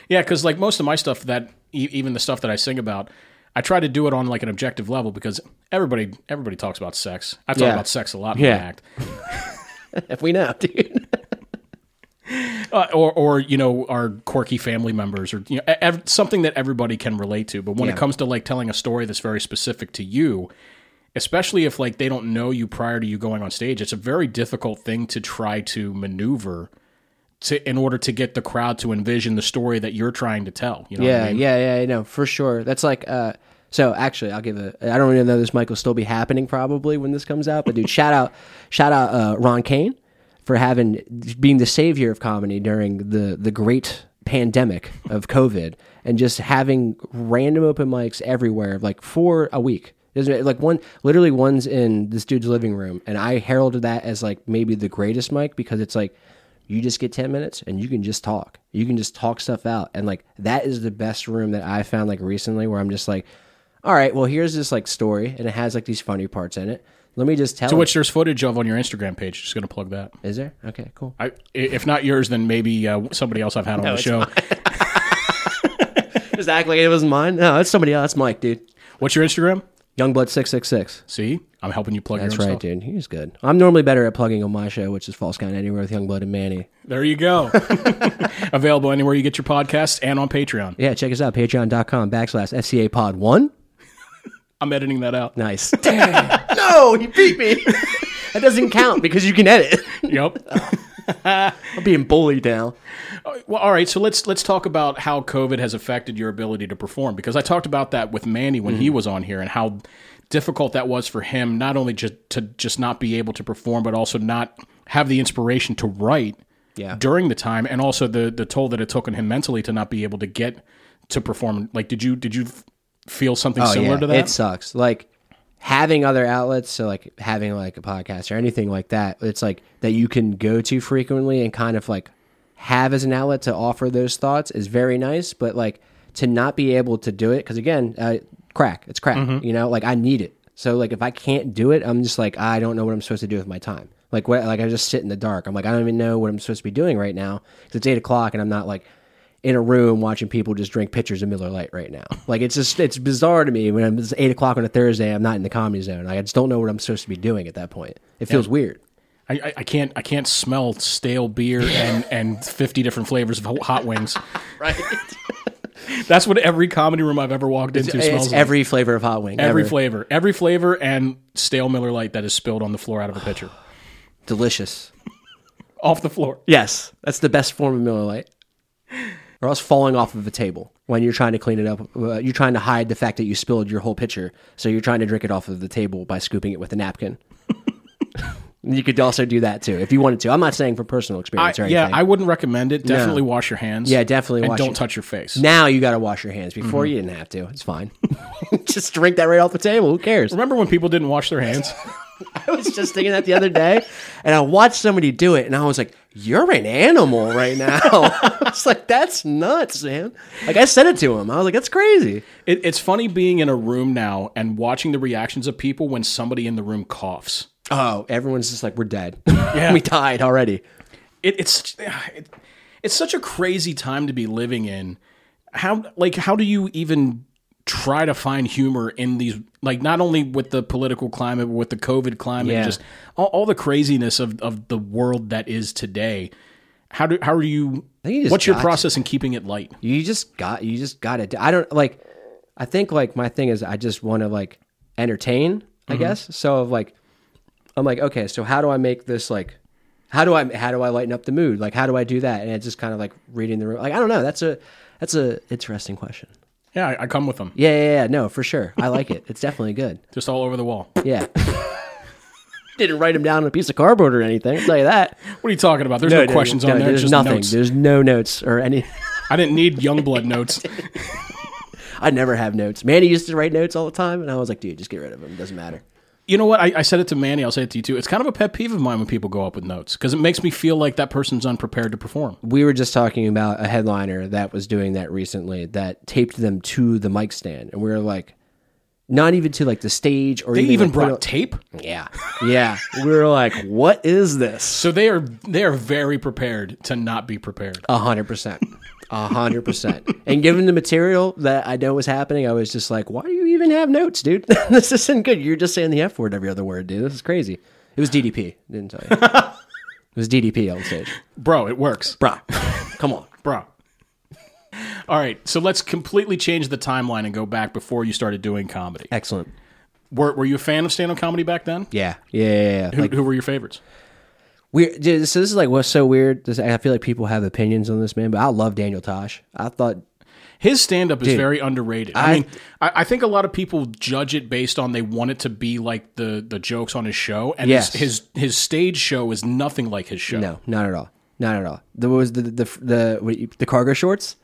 S1: Yeah, because like most of my stuff that e- even the stuff that I sing about, I try to do it on like an objective level because everybody everybody talks about sex. I talk
S2: Yeah.
S1: about sex a lot in
S2: Yeah.
S1: my act,
S2: If we know, dude.
S1: uh, or or you know our quirky family members or you know e- ev- something that everybody can relate to. But when it
S2: Yeah.
S1: comes to like telling a story that's very specific to you. Especially if like they don't know you prior to you going on stage, it's a very difficult thing to try to maneuver to in order to get the crowd to envision the story that you're trying to tell. You know what I
S2: Yeah,
S1: mean?
S2: yeah, yeah, no, for sure. That's like uh so actually I'll give a I don't even know this mic will still be happening probably when this comes out, but dude, shout out shout out uh Ron Kane for having being the savior of comedy during the the great pandemic of COVID and just having random open mics everywhere like for a week. Isn't it? Like one, literally one's in this dude's living room, and I heralded that as like maybe the greatest mic because it's like you just get 10 minutes and you can just talk you can just talk stuff out and like that is the best room that i found like recently where i'm just like all right well here's this like story and it has like these funny parts in it let me just tell
S1: To
S2: it.
S1: which there's footage of on your Instagram page. Just gonna plug that.
S2: is there okay cool (laughs)
S1: I, i- if not yours, then maybe uh, somebody else I've had on the show.
S2: exactly it wasn't mine no it's somebody else mike dude
S1: What's your Instagram?
S2: youngblood 666
S1: See, I'm helping you plug
S2: that's
S1: your own
S2: right
S1: stuff.
S2: dude he's good i'm normally better at plugging on my show which is false count anywhere with youngblood and manny
S1: There you
S2: (laughs)
S1: go. Available anywhere you get your podcasts and on Patreon.
S2: yeah check us out patreon.com backslash sca pod one
S1: I'm editing that out.
S2: nice (laughs) no you beat me (laughs) that doesn't count because you can edit
S1: Yep.
S2: i'm being bullied now
S1: Well, all right. So let's let's talk about how COVID has affected your ability to perform because I talked about that with Manny when he was on here and how difficult that was for him not only just to just not be able to perform but also not have the inspiration to write
S2: Yeah.
S1: during the time and also the the toll that it took on him mentally to not be able to get to perform. Like, did you did you f- feel something
S2: Oh,
S1: similar to that?
S2: It sucks. Like having other outlets, so like having like a podcast or anything like that, it's like that you can go to frequently and kind of like have as an outlet to offer those thoughts is very nice, but like to not be able to do it because again, uh, crack, it's crack.
S1: Mm-hmm.
S2: You know, like I need it. So like if I can't do it, I'm just like I don't know what I'm supposed to do with my time. Like what? Like I just sit in the dark. I'm like I don't even know what I'm supposed to be doing right now 'cause it's eight o'clock and I'm not like in a room watching people just drink pitchers of Miller Lite right now. Like it's just it's bizarre to me when I'm, it's eight o'clock on a Thursday. I'm not in the comedy zone. Like, I just don't know what I'm supposed to be doing at that point. It feels weird.
S1: I, I, I can't I can't smell stale beer and and fifty different flavors of ho- hot wings.
S2: (laughs) Right.
S1: That's what every comedy room I've ever walked into smells
S2: It's
S1: like.
S2: every flavor of hot wing.
S1: Every
S2: ever.
S1: flavor, every flavor, and stale Miller Lite that is spilled on the floor out of a
S2: (sighs)
S1: pitcher,
S2: delicious.
S1: off the floor.
S2: Yes, that's the best form of Miller Lite. Or else falling off of a table when you're trying to clean it up. Uh, you're trying to hide the fact that you spilled your whole pitcher, so you're trying to drink it off of the table by scooping it with a napkin. (laughs) you could also do that too if you wanted to. I'm not saying from personal experience or anything.
S1: yeah, I wouldn't recommend it. Definitely wash your hands.
S2: Yeah, definitely
S1: And
S2: wash
S1: don't
S2: your-
S1: touch your face.
S2: Now you got to wash your hands. Before you didn't have to. It's fine. (laughs) just drink that right off the table. Who cares?
S1: Remember when people didn't wash their hands?
S2: (laughs) I was just thinking that the other day, and I watched somebody do it, and I was like, "You're an animal right now." (laughs) I was like, "That's nuts, man." Like I said it to him. I was like, "That's crazy."
S1: it, it's funny being in a room now and watching the reactions of people when somebody in the room coughs.
S2: Oh, everyone's just like, "We're dead. (laughs) we died already."
S1: it, it's it, it's such a crazy time to be living in. How like how do you even try to find humor in these like not only with the political climate but with the covid climate
S2: Yeah.
S1: just all, all the craziness of, of the world that is today how do how are you
S2: think you just
S1: what's your
S2: got
S1: process in keeping it light
S2: you just got you just got it i don't like i think like my thing is i just want to like entertain i
S1: Mm-hmm.
S2: guess so of like i'm like okay so how do i make this like how do i how do i lighten up the mood like how do i do that and it's just kind of like reading the room like i don't know that's a that's a interesting question
S1: yeah i, I come with them
S2: yeah yeah yeah no for sure i like it it's definitely good
S1: just all over the wall
S2: yeah (laughs) didn't write them down on a piece of cardboard or anything i'll tell you that
S1: what are you talking about there's no, questions on there
S2: there's
S1: just
S2: nothing
S1: notes
S2: there's no notes or any
S1: i didn't need young blood
S2: (laughs)
S1: notes
S2: i never have notes manny used to write notes all the time and i was like dude just get rid of them it doesn't matter
S1: you know what I, I said it to manny i'll say it to you too it's kind of a pet peeve of mine when people go up with notes because it makes me feel like that person's unprepared to perform
S2: we were just talking about a headliner that was doing that recently that taped them to the mic stand and we were like not even to like the stage or
S1: they
S2: even,
S1: even
S2: like, put
S1: brought
S2: up-
S1: tape
S2: yeah yeah we were like what is this
S1: so they are they are very prepared to not be prepared
S2: a hundred percent a hundred percent and given the material that i know was happening i was just like why do you even have notes dude (laughs) this isn't good you're just saying the f word every other word dude this is crazy it was ddp didn't tell (laughs) you it was ddp on stage
S1: bro it works
S2: bruh come on
S1: bro (laughs) all right so let's completely change the timeline and go back before you started doing comedy
S2: (laughs) excellent
S1: were, were you a fan of stand-up comedy back then
S2: yeah yeah yeah, yeah.
S1: who, who were your favorites
S2: Weird. Dude, this is like what's so weird. This, I feel like people have opinions on this man, but I love Daniel Tosh. I thought
S1: His stand up is very underrated. I,
S2: I-
S1: mean, I, I think a lot of people judge it based on they want it to be like the the jokes on his show, and
S2: Yes.
S1: his, his his stage show is nothing like his show.
S2: no, not at all, not at all. There was the the the what you- the cargo (laughs) shorts.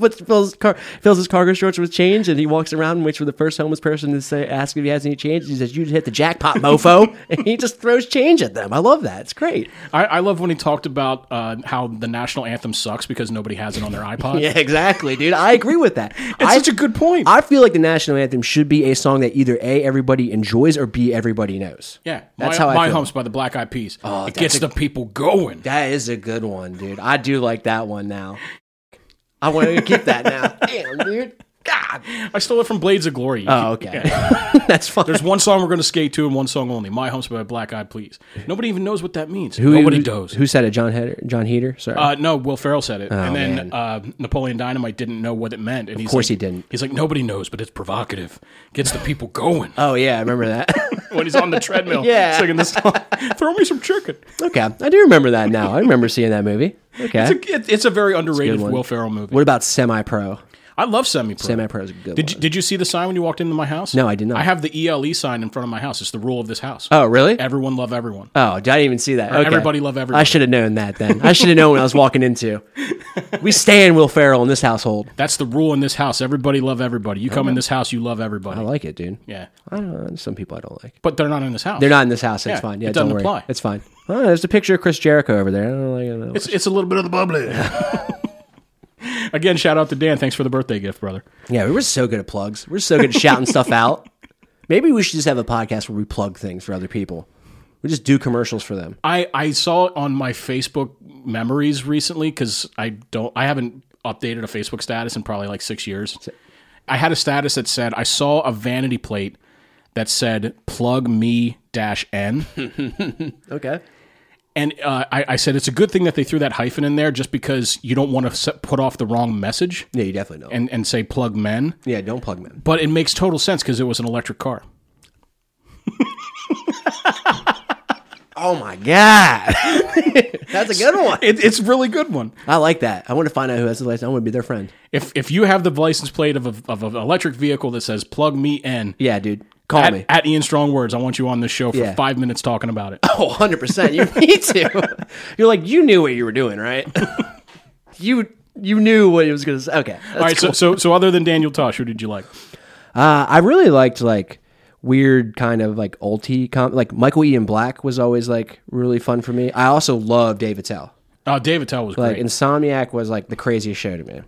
S2: Flips, fills, car, fills his cargo shorts with change, and he walks around and waits for the first homeless person to say, ask if he has any change. He says, "You hit the jackpot, (laughs) mofo," and he just throws change at them. I love that. It's great.
S1: I, I love when he talked about uh, how the national anthem sucks because nobody has it on their iPod.
S2: Yeah, exactly, dude. I agree with that.
S1: It's
S2: I,
S1: such a good point.
S2: I feel like the national anthem should be a song that either a everybody enjoys or b everybody knows.
S1: yeah,
S2: that's
S1: my,
S2: how I
S1: my
S2: feel. Oh,
S1: humps by the Black Eyed Peas. it
S2: that's
S1: gets
S2: a-
S1: the people going.
S2: That is a good one, dude. I do like that one now. I want (laughs) to keep that now. Damn, dude. God.
S1: I stole it from Blades of Glory.
S2: Oh, okay. (laughs) That's fine.
S1: There's one song we're going to skate to and one song only. My humps by Black Eyed Peas. Nobody even knows what that means. nobody knows.
S2: Who said it? John Heder? John Heater? Sorry.
S1: Uh, no, Will Ferrell said it, and then
S2: Oh, man.
S1: uh, Napoleon Dynamite didn't know what it meant. And of he's
S2: course
S1: like-
S2: he didn't.
S1: He's like, nobody knows, but it's provocative, gets the people going
S2: oh, yeah. I remember that.
S1: (laughs) when he's on the treadmill,
S2: Yeah.
S1: singing this song. (laughs) Throw me some chicken.
S2: (laughs) okay. I do remember that now. I remember seeing that movie. Okay.
S1: It's a, it- it's a very underrated
S2: one.
S1: Will Ferrell movie.
S2: what about Semi Pro?
S1: I love Semi Pro.
S2: Semi Pro is a good
S1: Did
S2: one.
S1: you, did you see the sign when you walked into my house?
S2: No, I did not.
S1: I have the ELE sign in front of my house. It's the rule of this house.
S2: oh, really?
S1: Everyone love everyone.
S2: Oh, I didn't even see that. Okay.
S1: Everybody love everybody.
S2: I should have known that then. I should have known what I was
S1: (laughs)
S2: walking into. We stay in Will Ferrell in this household.
S1: That's the rule in this house. Everybody love everybody. You come in this house, you love
S2: I
S1: everybody.
S2: like it, dude.
S1: Yeah,
S2: I don't know. Some people I don't like.
S1: but they're not in this house.
S2: They're not in this house. It's
S1: Yeah,
S2: fine.
S1: it
S2: Yeah,
S1: doesn't
S2: don't worry.
S1: apply.
S2: It's fine. Oh, there's a picture of Chris Jericho over there. I don't like it.
S1: It's, it's a little bit of the bubbly. (laughs) Again, shout out to Dan. Thanks for the birthday gift, brother.
S2: Yeah, we were so good at plugs. We're so good at shouting stuff out. Maybe we should just have a podcast where we plug things for other people. We just do commercials for them.
S1: I, I saw it on my Facebook memories recently because I don't I haven't updated a Facebook status in probably like six years. I had a status that said I saw a vanity plate that said plug me dash (laughs) n
S2: Okay.
S1: and uh, I, I said it's a good thing that they threw that hyphen in there just because you don't want to put off the wrong message
S2: Yeah, you definitely don't.
S1: and, and say plug men
S2: yeah, don't plug men.
S1: but it makes total sense because it was an electric car
S2: Oh my god, that's a good one.
S1: it, it's a really good one
S2: (laughs) I like that. I want to find out who has the license. I want to be their friend.
S1: If if you have the license plate of a, of an electric vehicle that says "plug me in,"
S2: Yeah, dude. Call
S1: at,
S2: me.
S1: at Ian Strong Words, I want you on this show for
S2: Yeah.
S1: five minutes talking about it.
S2: (laughs) Oh, 100%. You (laughs) need to. You're like, you knew what you were doing, right? (laughs) you you knew what it was going to say. Okay.
S1: All right, so, so so other than Daniel Tosh, who did you like?
S2: Uh, I really liked like weird kind of like ulti com- like Michael Ian Black was always like really fun for me. I also love David Tell.
S1: Uh, David Tell was
S2: Like
S1: great.
S2: Insomniac was like the craziest show to me.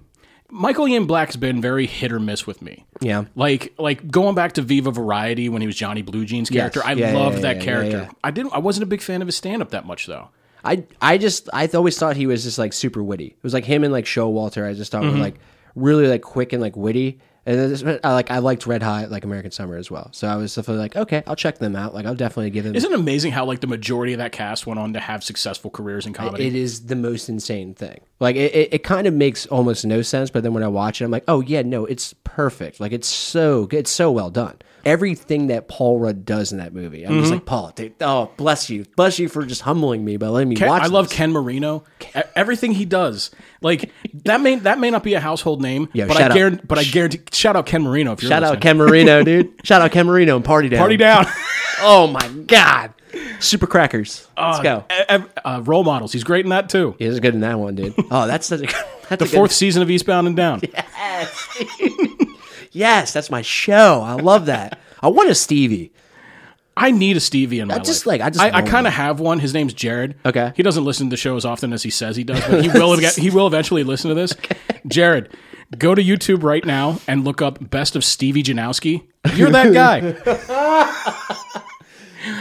S1: Michael Ian Black's been very hit or miss with me.
S2: Yeah.
S1: Like like going back to Viva Variety when he was Johnny Blue Jeans character, I
S2: Yeah, yeah,
S1: loved
S2: yeah,
S1: that
S2: yeah, yeah,
S1: character.
S2: yeah.
S1: I didn't. I wasn't a big fan of his stand up that much though. Mm-hmm.
S2: I I just I always thought he was just like super witty. It was like him and like Showalter. I just thought were like really like quick and like witty. And then this- I like I liked Red Hot like American Summer as well. So I was definitely like, okay, I'll check them out. Like I'll definitely give them.
S1: Isn't it amazing how like the majority of that cast went on to have successful careers in comedy?
S2: It is the most insane thing. Like it, it, it kind of makes almost no sense, but then when I watch it, I'm like, oh yeah, no, it's perfect. Like it's so good, it's so well done. Everything that Paul Rudd does in that movie, I'm
S1: Mm-hmm.
S2: just like, Paul, dude, oh bless you, bless you for just humbling me by letting me
S1: Ken-
S2: watch.
S1: I love
S2: this.
S1: Ken Marino. E- Everything he does, like that may that may not be a household name,
S2: Yo,
S1: but I
S2: shout out.
S1: guarantee. But I guarantee. Shout out Ken Marino. If you're
S2: Shout out
S1: listening.
S2: Ken Marino, dude. Shout out Ken Marino and Party Down.
S1: Party down.
S2: Oh my God, Super Crackers. (laughs) Let's go.
S1: (laughs) Uh, e- e- uh, role models. He's great in that too.
S2: He was good in that one, dude. Oh, that's such a, that's
S1: The
S2: a good- (laughs)
S1: fourth season of Eastbound and Down.
S2: Yes. yes, that's my show. I love that. I want a Stevie.
S1: I need a Stevie in my
S2: just,
S1: life.
S2: like, I just
S1: I,
S2: want
S1: kind of have one. His name's Jared.
S2: Okay.
S1: He doesn't listen to the show as often as he says he does,
S2: (laughs)
S1: but he will. ev- he will eventually listen to this. Jared, go to YouTube right now and look up "Best of Stevie Janowski." You're that
S2: (laughs)
S1: guy.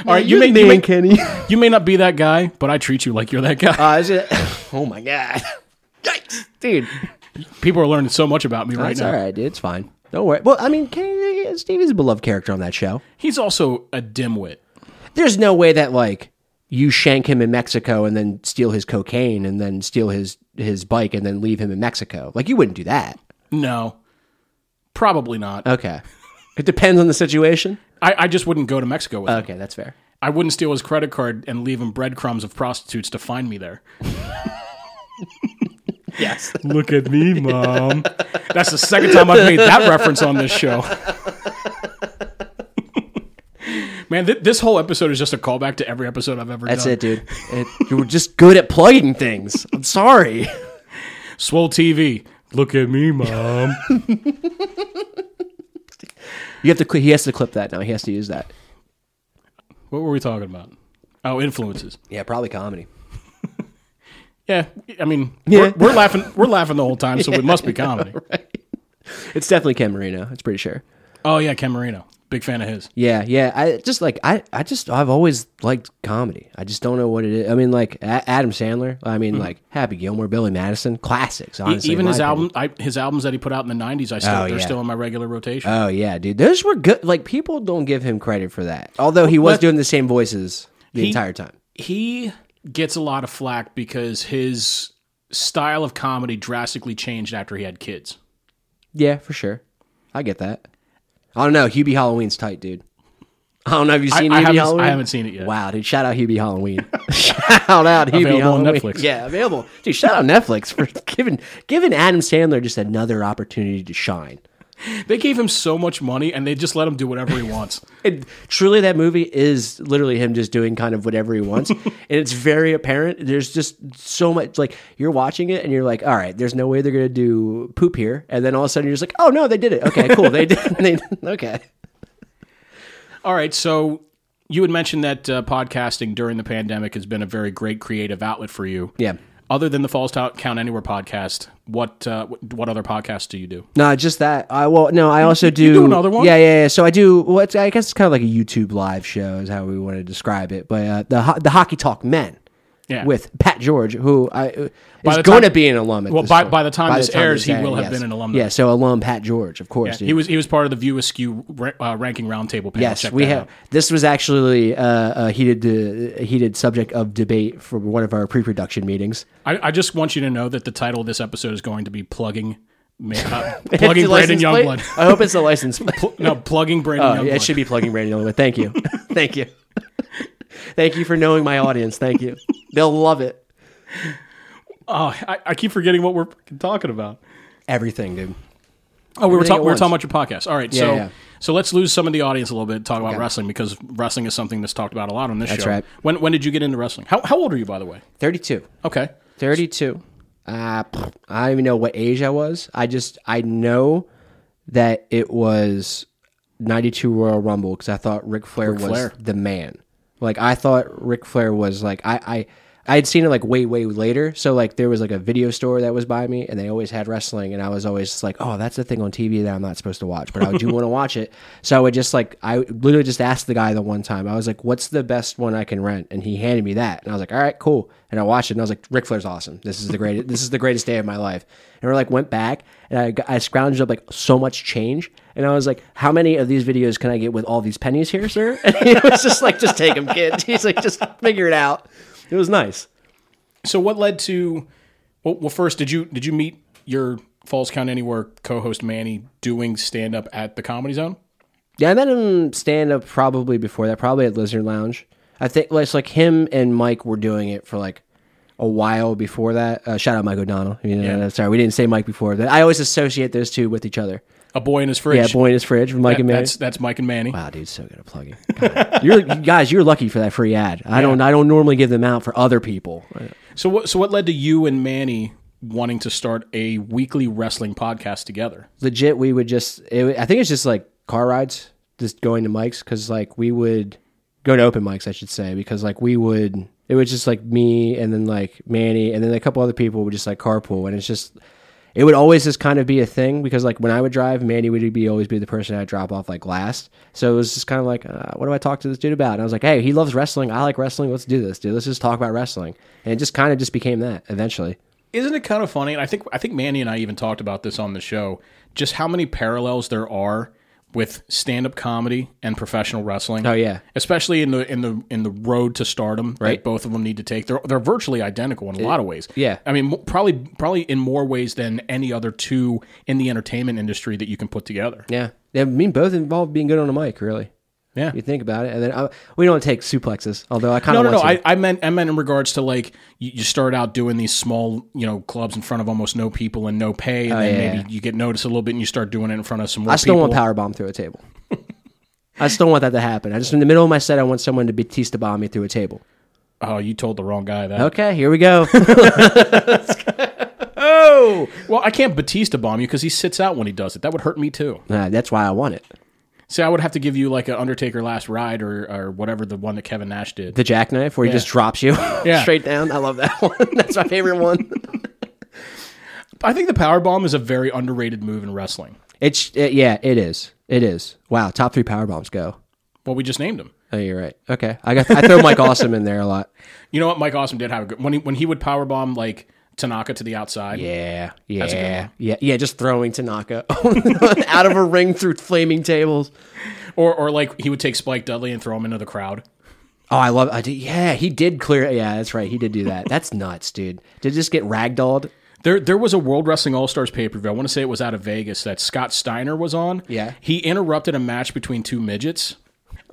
S1: All right, you may, you, may,
S2: Kenny.
S1: (laughs) you may not be that guy, but I treat you like you're that guy.
S2: Uh, is it- (laughs) oh my god, (laughs) Yikes, dude.
S1: People are learning so much about me right
S2: It's
S1: now.
S2: all right, dude. It's fine. Don't worry. Well, I mean, Kenny, Stevie's a beloved character on that show.
S1: He's also a dimwit.
S2: There's no way that like you shank him in Mexico and then steal his cocaine and then steal his his bike and then leave him in Mexico. Like you wouldn't do that.
S1: No, probably not.
S2: Okay. It depends on the situation.
S1: I, I just wouldn't go to Mexico with him.
S2: Okay, that's fair.
S1: I wouldn't steal his credit card and leave him breadcrumbs of prostitutes to find me there.
S2: Yes.
S1: Look at
S2: (laughs)
S1: me, mom. That's the second time I've made that reference on this
S2: (laughs)
S1: show. Man, th- this whole episode is just a callback to every episode I've ever
S2: That's
S1: done.
S2: it, dude. It, you were just good at plugging things. I'm sorry.
S1: Swole TV. Look at me, mom.
S2: You have to. cli- He has to clip that now. He has to use that.
S1: what were we talking about? Oh, influences.
S2: Yeah, probably comedy.
S1: Yeah, I mean,
S2: Yeah.
S1: We're, we're laughing. We're laughing the whole time, so it must
S2: (laughs)
S1: be comedy.
S2: It's definitely Ken Marino. It's pretty sure.
S1: Oh yeah, Ken Marino. Big fan of his.
S2: Yeah, yeah. I just like I, I just I've always liked comedy. I just don't know what it is. I mean, like a- Adam Sandler. I mean, like Happy Gilmore, Billy Madison, classics. Honestly,
S1: Even
S2: in
S1: his
S2: my
S1: album, I, his albums that he put out in the '90s, I still
S2: Oh,
S1: they're
S2: yeah.
S1: still in my regular rotation.
S2: opinion. Oh yeah, dude. Those were good. Like people don't give him credit for that. Although he was doing the same voices the entire time.
S1: he gets a lot of flack because his style of comedy drastically changed after he had kids.
S2: Yeah, for sure. I get that. I don't know. Hubie Halloween's tight, dude. I don't know. Have you seen
S1: I
S2: Hubie
S1: haven't- I
S2: Halloween?
S1: haven't seen it yet.
S2: Wow, dude! Shout out Hubie
S1: (laughs)
S2: Halloween. (laughs) shout out Hubie
S1: Available on
S2: Halloween.
S1: Netflix.
S2: Yeah, available. Dude, shout out Netflix for (laughs) giving giving Adam Sandler just another opportunity to shine.
S1: They gave him so much money and they just let him do whatever he wants.
S2: And truly, that movie is literally him just doing kind of whatever
S1: (laughs)
S2: he wants, and it's very apparent. There's just so much like you're watching it, and you're like, all right, there's no way they're gonna do poop here, and then all of a sudden you're just like, oh no, they did it. Okay, cool, they (laughs) did. They, okay.
S1: All right, so you had mentioned that uh, podcasting during the pandemic has been a very great creative outlet for you.
S2: Yeah.
S1: Other than the Falls Town Count Anywhere podcast, what uh, what what other podcasts do you do?
S2: No, just that. I well, no, I also do.
S1: do another one?
S2: Yeah, yeah, yeah. So I do. Well, it's, I guess it's kind of like a YouTube live show is how we want to describe it. But uh, the ho- the hockey talk men.
S1: Yeah.
S2: With Pat George, who I, uh, is
S1: the
S2: going
S1: time-
S2: to be an alum. At
S1: Well,
S2: this
S1: by-
S2: point.
S1: by the time this airs, he
S2: airs,
S1: will have been an alumni.
S2: Yeah, so alum Pat George, of course. dude.
S1: He was he was part of the View Askew ra- uh, ranking roundtable panel.
S2: Yes,
S1: Check
S2: we
S1: that
S2: have.
S1: out.
S2: This was actually uh, a heated uh, heated subject of debate for one of our pre-production meetings.
S1: I, I just want you to know that the title of this episode is going to be plugging, ma-
S2: (laughs)
S1: uh, plugging
S2: It's a
S1: Brandon
S2: license
S1: Youngblood.
S2: plate. I hope it's
S1: (laughs)
S2: a license plate.
S1: Pl- no, plugging Brandon
S2: Oh,
S1: Youngblood.
S2: yeah, it should be plugging Brandon Youngblood. Thank (laughs) you. Thank you. Thank you for knowing my audience. Thank you. They'll love it.
S1: Oh, I, I keep forgetting what we're fucking talking about.
S2: Everything, dude.
S1: Oh, we were,
S2: Everything
S1: talk-
S2: at
S1: we were
S2: once.
S1: talking about your podcast. All right, so
S2: yeah.
S1: so let's lose some of the audience a little bit and talk about wrestling because wrestling is something that's talked about a lot on this
S2: That's
S1: show.
S2: right.
S1: When when did you get into wrestling? How how old are you by the way?
S2: 32.
S1: Okay.
S2: 32. Uh, pff, I don't even know what age I was. I just, I know that it was 92 Royal Rumble because I thought Ric Flair was
S1: Flair.
S2: the man. Like, I thought Ric Flair was like, I, I, I'd seen it like way, way later. So like there was like a video store that was by me, and they always had wrestling, and I was always just like, oh, that's the thing on TV that I'm not supposed to watch, but I (laughs) do want to watch it. So I would just like I literally just asked the guy the one time. I was like, what's the best one I can rent? And he handed me that, and I was like, all right, cool. And I watched it, and I was like, Ric Flair's awesome. This is the greatest. (laughs) this is the greatest day of my life. And we like went back, and I got- I scrounged up like so much change, and I was like, how many of these videos can I get with all these pennies here, sir? (laughs) And he was just like, just take them, kid. (laughs) He's like, just figure it out. It was nice.
S1: So what led to? Well, well, first, did you did you meet your Falls Count Anywhere co-host Manny doing stand up at the Comedy Zone?
S2: Yeah, I met him stand up probably before that, probably at Lizard Lounge. I think well, it's like him and Mike were doing it for like a while before that. Uh, shout out Mike O'Donnell. You know, sorry, we didn't say Mike before that. I always associate those two with each other.
S1: A boy in his
S2: Yeah,
S1: fridge.
S2: Boy in His Fridge with Mike and Mary.
S1: That's that's Mike and Manny.
S2: Wow, ah, dude, so good at (laughs) plugging. God. you're, you guys, you're lucky for that free ad. I don't, I don't normally give them out for other people.
S1: So what so what led to you and Manny wanting to start a weekly wrestling podcast together?
S2: legit we would just it, i think it's just like car rides just going to mics because like we would go to open mics i should say because like we would it was just like me and then like manny and then a couple other people would just like carpool and it's just it would always just kind of be a thing because like when i would drive manny would be always be the person i drop off like last so it was just kind of like uh, what do i talk to this dude about and i was like hey he loves wrestling i like wrestling let's do this dude let's just talk about wrestling and it just kind of just became that eventually
S1: Isn't it kind of funny? And I think I think Manny and I even talked about this on the show. Just how many parallels there are with stand up comedy and professional wrestling.
S2: oh yeah
S1: especially in the in the in the road to stardom that both of them need to take. They're they're virtually identical in a lot of ways.
S2: yeah.
S1: I mean, mo- probably probably in more ways than any other two in the entertainment industry that you can put together.
S2: yeah yeah, I mean, both involved being good on a mic, really.
S1: Yeah.
S2: You think about it, and then uh, we don't take suplexes. Although I kind
S1: No, no,
S2: of
S1: no.
S2: want to.
S1: I, I meant I meant in regards to like you, you start out doing these small you know clubs in front of almost no people and no pay, and then
S2: Oh, yeah.
S1: maybe you get noticed a little bit and you start doing it in front of some. More
S2: I still
S1: people.
S2: want power bomb through a table. I still want that to happen. I just in the middle of my set, I want someone to Batista bomb me through a table.
S1: Oh, you told the wrong guy that.
S2: Okay, here
S1: (laughs)
S2: we go. (laughs) Oh!
S1: Well, I can't Batista bomb you because he sits out when he does it. That would hurt me too.
S2: Uh, that's why I want it.
S1: See, I would have to give you like an Undertaker last ride or or whatever the one that Kevin Nash did.
S2: The jackknife, where he just drops you
S1: (laughs) Yeah.
S2: (laughs) straight down. I love that one. that's my favorite one.
S1: I think the power bomb is a very underrated move in wrestling.
S2: It's it, yeah, it is. It is. Wow, top three power bombs go.
S1: Well, we just named him.
S2: Oh, you're right. Okay, I got. I throw Mike Awesome in there a lot.
S1: You know what? Mike Awesome did have a good when he when he would power bomb like Tanaka to the outside.
S2: Yeah,
S1: a good
S2: yeah, yeah, yeah. Just throwing Tanaka (laughs) out of a ring through flaming tables.
S1: Or or like he would take Spike Dudley and throw him into the crowd.
S2: Oh, I love. I did, yeah, he did clear. Yeah, that's right. He did do that. That's nuts, dude. To just get ragdolled.
S1: There, there was a World Wrestling All Stars pay per view. I want to say it was out of Vegas that Scott Steiner was on.
S2: Yeah.
S1: he interrupted a match between two midgets,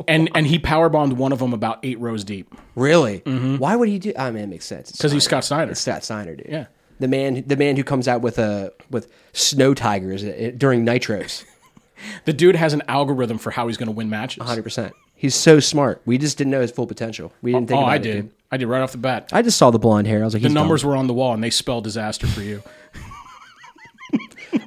S1: and and he power bombed one of them about eight rows deep
S2: Really? Why would he do? I mean, it makes sense.
S1: because Mm-hmm. he's Scott Steiner.
S2: Stat Steiner, dude.
S1: Yeah.
S2: The man, the man who comes out with a with snow tigers i- during nitros.
S1: The dude has an algorithm for how he's going to win matches.
S2: Hundred percent. He's so smart. We just didn't know his full potential. We didn't think.
S1: Oh,
S2: about
S1: I
S2: it,
S1: did,
S2: dude.
S1: I did right off the bat.
S2: I just saw the blonde hair. I was like,
S1: The
S2: he's dumb.
S1: numbers were on the wall, and they spell disaster for you.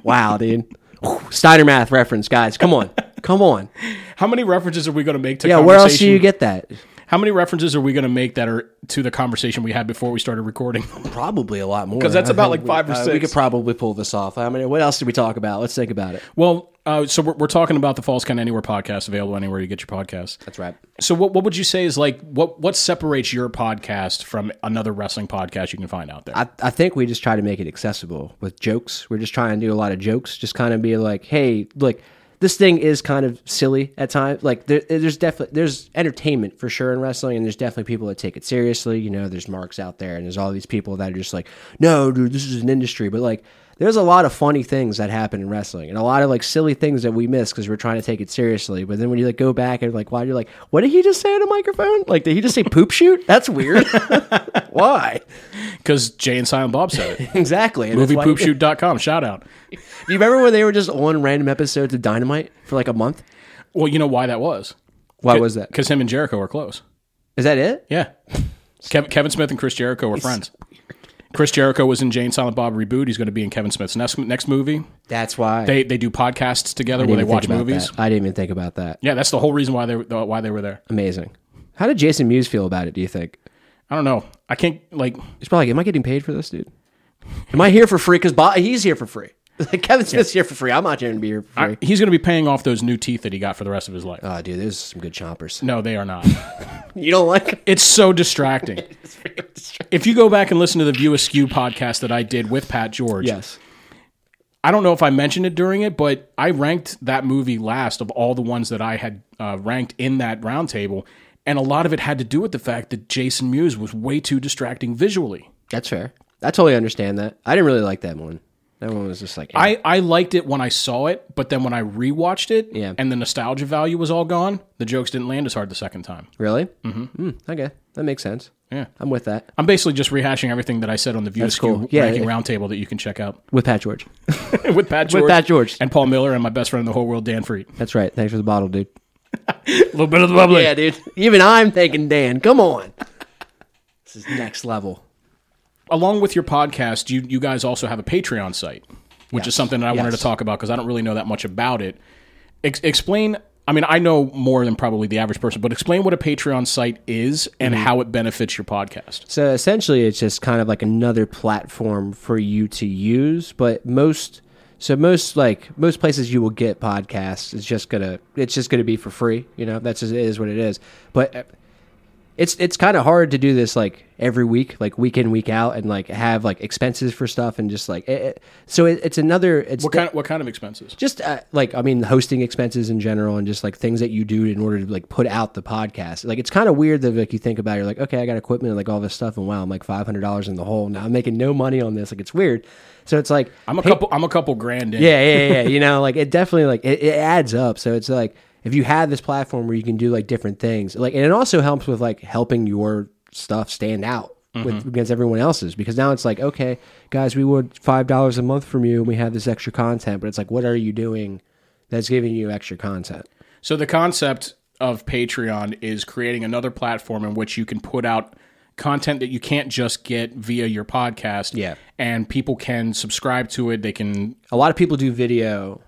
S2: Wow, dude. (laughs) Steiner math reference, guys. Come on, come on.
S1: How many references are we going to make to
S2: Yeah, where else do you get that?
S1: How many references are we going to make that are to the conversation we had before we started recording? (laughs)
S2: Probably a lot more.
S1: 'Cause that's
S2: I
S1: about
S2: think
S1: like five
S2: we, uh,
S1: or
S2: We
S1: six.
S2: could probably pull this off. I mean, what else did we talk about? Let's think about it.
S1: well, uh, so we're, we're talking about the Falls Count Anywhere podcast, available anywhere you get your podcast.
S2: That's right.
S1: So, what what would you say is like what what separates your podcast from another wrestling podcast you can find out there?
S2: I, I think we just try to make it accessible with jokes. We're just trying to do a lot of jokes. Just kind of be like, hey, like this thing is kind of silly at times. Like there, there's definitely there's entertainment for sure in wrestling, and there's definitely people that take it seriously. You know, there's marks out there, and there's all these people that are just like, no, dude, this is an industry. But like, there's a lot of funny things that happen in wrestling, and a lot of like silly things that we miss because we're trying to take it seriously. But then when you like go back and like, why you're like, what did he just say on a microphone? Like, did he just say poop shoot? That's weird. (laughs) why?
S1: Because Jay and Silent Bob said it.
S2: Exactly. And (laughs) that's why-
S1: MoviePoopshoot.com. Shout out.
S2: (laughs) Do you remember when they were just on random episodes of Dynamite for like a month?
S1: Well, you know why that was.
S2: Why was that?
S1: Because him and Jericho are close.
S2: Is that it?
S1: Yeah. Kevin, Kevin Smith and Chris Jericho were friends. Chris Jericho was in Jane Silent Bob reboot. He's going to be in Kevin Smith's next next movie.
S2: That's why.
S1: They they do podcasts together
S2: I
S1: where
S2: didn't
S1: they
S2: even think
S1: watch
S2: about
S1: movies.
S2: that. I didn't even think about that.
S1: Yeah, that's the whole reason why they were- why they were there.
S2: Amazing. How did Jason Mewes feel about it? Do you think?
S1: I don't know. I can't like
S2: He's probably like, am I getting paid for this, dude? Am I here for free? Because Bob, he's here for free. (laughs) Kevin Smith's here for free. I'm not here to be here for free.
S1: he's going to be paying off those new teeth that he got for the rest of his life.
S2: Ah, dude, there's some good chompers.
S1: No, they are not.
S2: (laughs) You don't like
S1: It's so distracting.
S2: (laughs)
S1: if you go back and listen to the View Askew podcast that I did with Pat George,
S2: Yes.
S1: I don't know if I mentioned it during it, but I ranked that movie last of all the ones that I had uh, ranked in that roundtable, and a lot of it had to do with the fact that Jason Mewes was way too distracting visually.
S2: That's fair. I totally understand that. I didn't really like that one. That one was just like, eh.
S1: I, I liked it when I saw it, but then when I rewatched it
S2: Yeah.
S1: and the nostalgia value was all gone, the jokes didn't land as hard the second time.
S2: really? Mm-hmm. Mm, okay. That makes sense.
S1: Yeah.
S2: I'm with that.
S1: I'm basically just rehashing everything that I said on the View Askew
S2: cool. Yeah,
S1: ranking
S2: yeah.
S1: roundtable that you can check out
S2: With Pat George.
S1: (laughs) with Pat George,
S2: With Pat George.
S1: and Paul Miller and my best friend in the whole world, Dan Freed.
S2: That's right. Thanks for the bottle, dude.
S1: A little bit of the bubbly.
S2: Yeah, dude. Even I'm thanking Dan. Come on. this is next level.
S1: Along with your podcast, you you guys also have a Patreon site, which is something that I wanted
S2: Yes.
S1: to talk about because I don't really know that much about it. Ex- explain. I mean, I know more than probably the average person, but explain what a Patreon site is and
S2: Mm-hmm.
S1: how it benefits your podcast.
S2: So essentially, it's just kind of like another platform for you to use. But most, so most like most places you will get podcasts is just gonna it's just gonna be for free. You know, that's just, it is what it is. But uh, it's it's kind of hard to do this like every week, like week in week out, and like have like expenses for stuff and just like it, it- so it, it's another it's
S1: What kind of, what kind of expenses?
S2: just uh, like I mean, hosting expenses in general, and just like things that you do in order to like put out the podcast. Like it's kind of weird that like you think about, it, you're like, okay, I got equipment, and like all this stuff, and wow, I'm like five hundred dollars in the hole. Now I'm making no money on this. Like it's weird. So it's like
S1: I'm a couple. I'm a couple grand in.
S2: yeah, yeah, yeah. you know, like it definitely like it, it adds up. So it's like if you have this platform where you can do like different things, like and it also helps with like helping your stuff stand out
S1: Mm-hmm.
S2: with against everyone else's because now it's like okay, guys, we would five dollars a month from you, and we have this extra content, but it's like what are you doing that's giving you extra content?
S1: So the concept of Patreon is creating another platform in which you can put out content that you can't just get via your podcast.
S2: Yeah.
S1: And people can subscribe to it. They can
S2: a lot of people do video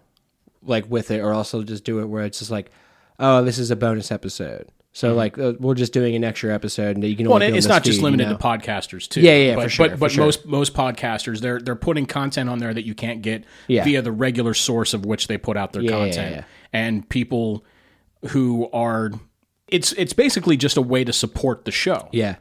S2: like with it or also just do it where it's just like oh this is a bonus episode so like uh, we're just doing an extra episode and you can
S1: Mm-hmm. well,
S2: only do
S1: it-
S2: on
S1: it's
S2: this
S1: not just
S2: feed, you
S1: limited
S2: know?
S1: to podcasters too.
S2: Yeah, yeah, yeah,
S1: but,
S2: for sure,
S1: But,
S2: for
S1: but
S2: sure.
S1: most most podcasters they're they're putting content on there that you can't get
S2: Yeah.
S1: via the regular source of which they put out their
S2: yeah,
S1: content.
S2: yeah.
S1: And people who are it's it's basically just a way to support the show.
S2: yeah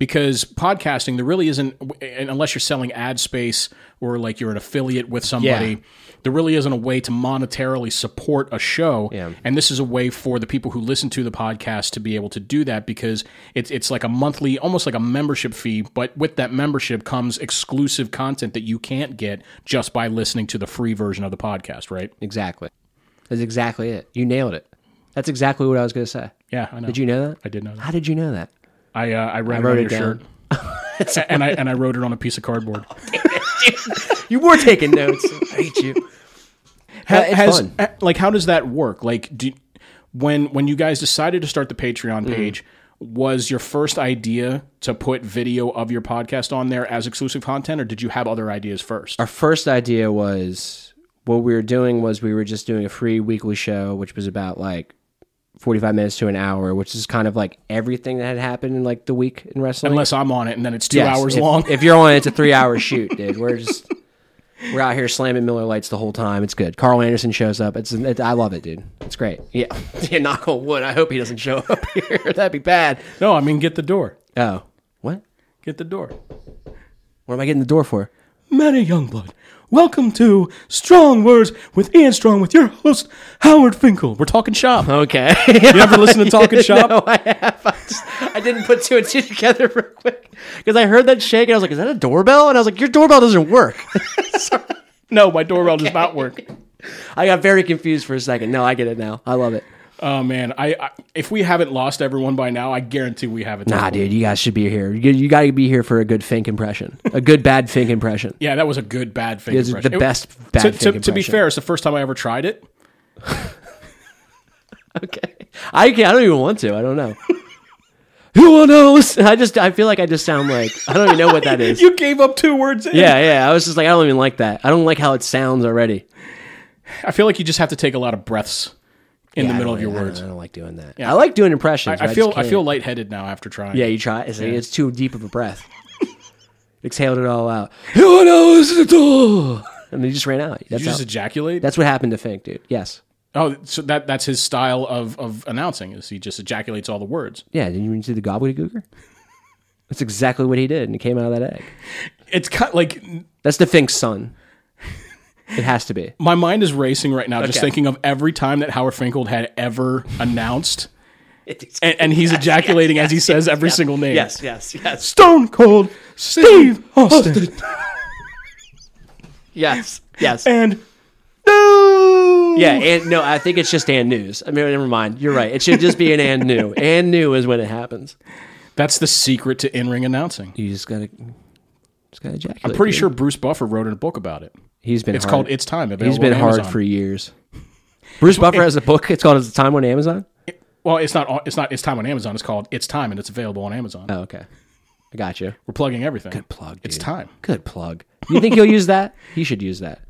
S1: because podcasting there really isn't and unless you're selling ad space or like you're an affiliate with somebody
S2: Yeah.
S1: there really isn't a way to monetarily support a show
S2: Yeah.
S1: and this is a way for the people who listen to the podcast to be able to do that because it's it's like a monthly almost like a membership fee but with that membership comes exclusive content that you can't get just by listening to the free version of the podcast right
S2: exactly that's exactly it you nailed it that's exactly what i was going to say
S1: yeah i know
S2: did you know that
S1: i did know that
S2: how did you know that
S1: i uh, i read,
S2: wrote
S1: it on
S2: it
S1: your
S2: down.
S1: shirt (laughs) and i and i wrote it on a piece of cardboard
S2: you were
S1: (laughs)
S2: taking notes i hate (laughs) you
S1: Ha-
S2: Uh, it's
S1: has
S2: fun.
S1: uh, like how does that work? Like do when when you guys decided to start the Patreon
S2: Mm.
S1: page, was your first idea to put video of your podcast on there as exclusive content, or did you have other ideas first?
S2: our first idea was what we were doing was we were just doing a free weekly show, which was about like 45 minutes to an hour, which is kind of like everything that had happened in like the week in wrestling.
S1: Unless I'm on it, and then it's two
S2: Yes,
S1: hours
S2: if-
S1: long.
S2: If you're on, it, it's a three hour shoot, dude. We're just, we're out here slamming Miller Lights the whole time. It's good. Carl Anderson shows up. It's, it, I love it, dude. It's great. Yeah. (laughs) yeah. Knock on wood. I hope he doesn't show up (laughs) here. That'd be bad.
S1: no, I mean get the door,
S2: Oh, what?
S1: get the door.
S2: What am I getting the door for?
S1: Matty Youngblood, welcome to Strong Words with Ian Strong with your host Howard Finkel. We're talking shop.
S2: Okay. (laughs)
S1: You ever listen to Talking Shop?
S2: No, I have. I, just, I didn't put two and two together (laughs) real quick because I heard that shake and I was like, "Is that a doorbell?" And I was like, "Your doorbell doesn't work." (laughs)
S1: No, my doorbell does not work.
S2: I got very confused for a second. No, I get it now. I love it.
S1: Oh man, I, I if we haven't lost everyone by now, I guarantee we haven't.
S2: Nah, dude, you guys should be here. You, you got to be here for a good Fink impression,
S1: (laughs)
S2: a good bad Fink impression.
S1: Yeah, that was a good bad thing.
S2: It's the best bad
S1: to,
S2: Fink
S1: to,
S2: impression.
S1: to be fair, it's the first time I ever tried it.
S2: okay. I can't, I don't even want to. I don't know. (laughs) Who knows? I just I feel like I just sound like I don't even know
S1: (laughs)
S2: what that is.
S1: You gave up two words. In.
S2: Yeah, yeah. I was just like I don't even like that. I don't like how it sounds already.
S1: I feel like you just have to take a lot of breaths in
S2: Yeah,
S1: the
S2: I
S1: middle
S2: don't
S1: of your
S2: really- I don't-
S1: words.
S2: I don't, like doing that.
S1: Yeah.
S2: I like doing impressions.
S1: I,
S2: but
S1: I feel
S2: just
S1: I
S2: can't.
S1: feel lightheaded now after trying.
S2: Yeah, you try. It's, it's too deep of
S1: (laughs)
S2: a breath. Exhaled it all out. Who knows it all? And then you just ran out.
S1: Did
S2: That's,
S1: you
S2: how-
S1: just ejaculate?
S2: that's what happened to Fink, dude. Yes.
S1: oh, so that that's his style of of announcing is he just ejaculates all the words.
S2: Yeah. Didn't you see the gobbledygooker? That's exactly what he did, and it came out of that egg.
S1: It's kind like
S2: That's the Fink's son. It has to be.
S1: my mind is racing right now just
S2: Okay.
S1: thinking of every time that Howard Finkel had ever announced, and, and he's ejaculating as he says every single name.
S2: yes, yes,
S1: Stone Cold Steve Austin
S2: yes, yes.
S1: and no.
S2: Yeah, and no, I think it's just and news. I mean, never mind. You're right. It should just be an and new. And new is when it happens.
S1: that's the secret to in ring announcing.
S2: You just gotta, just gotta ejaculate.
S1: I'm pretty
S2: dude.
S1: sure Bruce Buffer wrote in a book about it.
S2: he's been.
S1: It's
S2: hard.
S1: called It's Time. Available
S2: He's been
S1: on
S2: hard
S1: Amazon.
S2: for years. Bruce Buffer has a book. It's called "It's Time on Amazon."
S1: Well, it's not. on- It's not. It's time on Amazon. It's called It's Time, and it's available on Amazon.
S2: Oh, okay. I got you.
S1: We're plugging everything. Good
S2: Plug.
S1: It's
S2: dude.
S1: time.
S2: Good plug. You think he'll use that? He should use that.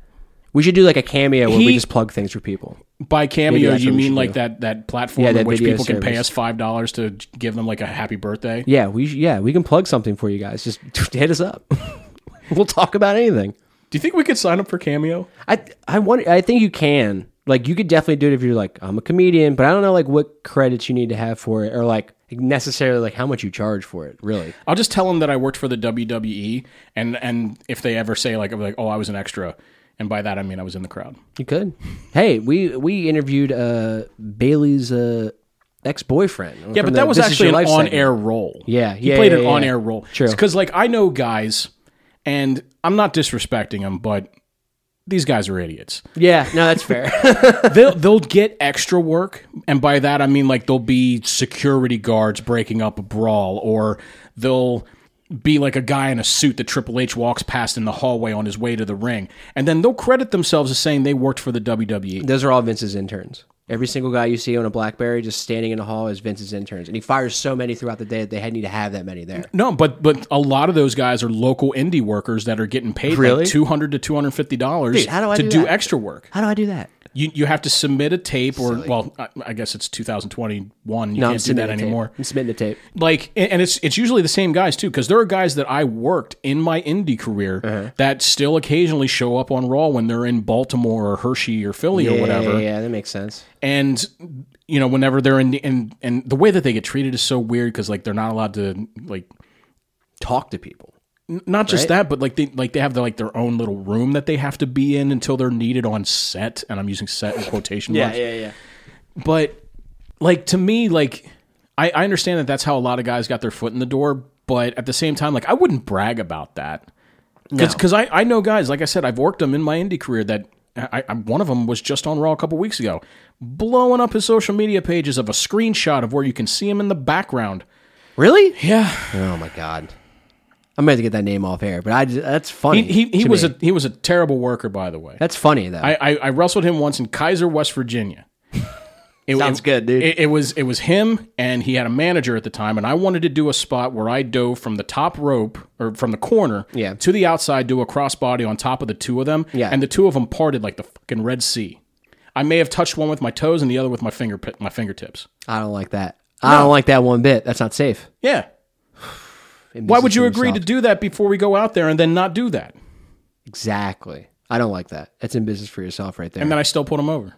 S2: We should do like a cameo where
S1: He-
S2: we just plug things for people.
S1: By
S2: Maybe
S1: cameo,
S2: that's
S1: you
S2: what we
S1: mean
S2: should
S1: like
S2: do.
S1: that that platform
S2: Yeah,
S1: in
S2: that
S1: which
S2: video
S1: people can pay
S2: service.
S1: us five dollars to j- give them like a happy birthday?
S2: Yeah, we sh- yeah we can plug something for you guys. Just (laughs) hit us up. we'll talk about anything.
S1: Do you think we could sign up for cameo?
S2: I I want. I think you can. Like you could definitely do it if you're like I'm a comedian, but I don't know like what credits you need to have for it or like necessarily like how much you charge for it. Really,
S1: I'll just tell them that I worked for the WWE, and and if they ever say like I'm like oh I was an extra, and by that I mean I was in the crowd.
S2: you could. Hey, we we interviewed uh Bailey's uh ex boyfriend.
S1: Yeah, but that was actually an on-air role.
S2: Yeah,
S1: he
S2: yeah,
S1: played
S2: yeah,
S1: an
S2: yeah.
S1: on-air role.
S2: True.
S1: because like I know guys, and I'm not disrespecting them, but these guys are idiots.
S2: Yeah, no, that's fair.
S1: (laughs) they'll they'll get extra work, and by that I mean like they'll be security guards breaking up a brawl, or they'll be like a guy in a suit that Triple H walks past in the hallway on his way to the ring, and then they'll credit themselves as saying they worked for the E. WWE.
S2: Those are all Vince's interns. Every single guy you see on a BlackBerry just standing in the hall is Vince's interns, and he fires so many throughout the day that they need to have that many there.
S1: No, but but a lot of those guys are local indie workers that are getting paid
S2: Really?
S1: like two hundred to two hundred fifty dollars
S2: Dude, how do I
S1: to
S2: do
S1: do
S2: that?
S1: extra work.
S2: How do I do that?
S1: You you have to submit a tape, or well, I, I guess it's two thousand twenty one. You
S2: No, I'm
S1: can't do
S2: submitting
S1: that
S2: the tape.
S1: anymore.
S2: I'm submitting the tape.
S1: like and and it's it's usually the same guys too because there are guys that I worked in my indie career
S2: Uh-huh.
S1: that still occasionally show up on Raw when they're in Baltimore or Hershey or Philly or whatever
S2: Yeah, yeah, that makes sense.
S1: and you know whenever they're in the and and the way that they get treated is so weird because like they're not allowed to like
S2: Talk to people.
S1: n- not just
S2: Right.
S1: that but like they like they have their, like their own little room that they have to be in until they're needed on set and I'm using set in quotation marks
S2: yeah.
S1: but like to me like I, I understand that that's how a lot of guys got their foot in the door but at the same time like i wouldn't brag about that because I, I know guys like i said i've worked them in my indie career that I, I, one of them was just on raw a couple weeks ago blowing up his social media pages of a screenshot of where you can see him in the background
S2: Really?
S1: yeah
S2: Oh my god. I'm going to get that name off air, but I just, that's funny.
S1: he, he, he
S2: to
S1: was
S2: me.
S1: a he was a terrible worker by the way
S2: That's funny though.
S1: I, I, I wrestled him once in Kaiser, West
S2: (laughs)
S1: Virginia. It,
S2: Sounds good, dude.
S1: It, it was it was him, and he had a manager at the time, and I wanted to do a spot where I dove from the top rope or from the corner
S2: Yeah.
S1: to the outside, do a crossbody on top of the two of them,
S2: Yeah.
S1: and the two of them parted like the fucking Red Sea. I may have touched one with my toes and the other with my finger my fingertips.
S2: I don't like that. I don't like that one bit. That's not safe.
S1: Yeah. Why would you agree to do that before we go out there and then not do that?
S2: Exactly. I don't like that. That's in business for yourself right there.
S1: And then I still put him over.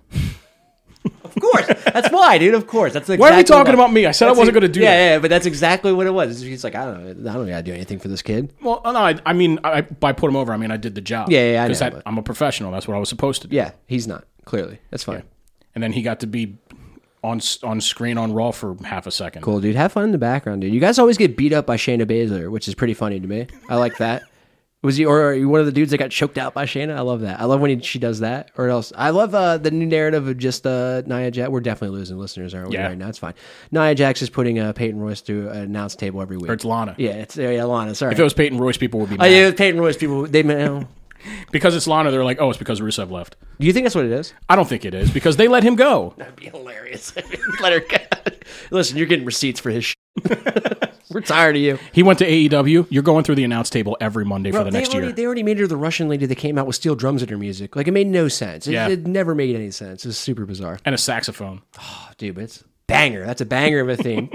S2: of course. That's why, dude. Of course. That's
S1: Why are we talking about me? I said I wasn't going to do that.
S2: e- yeah, Yeah, but that's exactly what it was. He's like, I don't know. I don't got to do anything for this kid.
S1: Well, no, I, I mean, I, by put him over, I mean I did the job.
S2: Yeah, yeah, I
S1: Because
S2: know,
S1: that-
S2: but-
S1: I'm a professional. That's what I was supposed to do.
S2: Yeah, he's not. Clearly. That's fine.
S1: And then he got to be on s- on screen on Raw for half a second.
S2: Cool, dude. Have fun in the background, dude. You guys always get beat up by Shayna Baszler, which is pretty funny to me. I like that. (laughs) Was he or are you one of the dudes that got choked out by Shayna? I love that. I love when he, she does that. Or else, I love uh, the new narrative of just uh, Nia Jax. We're definitely losing listeners, aren't we?
S1: Yeah.
S2: Right now, it's fine. Nia Jax is putting uh, Peyton Royce through an announce table every week.
S1: Or it's Lana.
S2: yeah, it's uh, yeah, Lana. Sorry.
S1: If it was Peyton Royce, people would be
S2: oh,
S1: mad.
S2: yeah, Peyton Royce. People they. You know,
S1: Because it's Lana, they're like, oh, it's because Rusev left.
S2: do you think that's what it is?
S1: I don't think it is because they let him go.
S2: That'd be hilarious. Let her. Listen, you're getting receipts for his. Sh- (laughs) We're tired of you.
S1: He went to AEW. You're going through the announce table every Monday for the
S2: they
S1: next
S2: already,
S1: year.
S2: They already made her the Russian lady that came out with steel drums in her music. Like it made no sense. It,
S1: Yeah.
S2: it never made any sense. It was super bizarre.
S1: and a saxophone.
S2: Oh, dude, but it's banger. That's a banger of a (laughs) theme.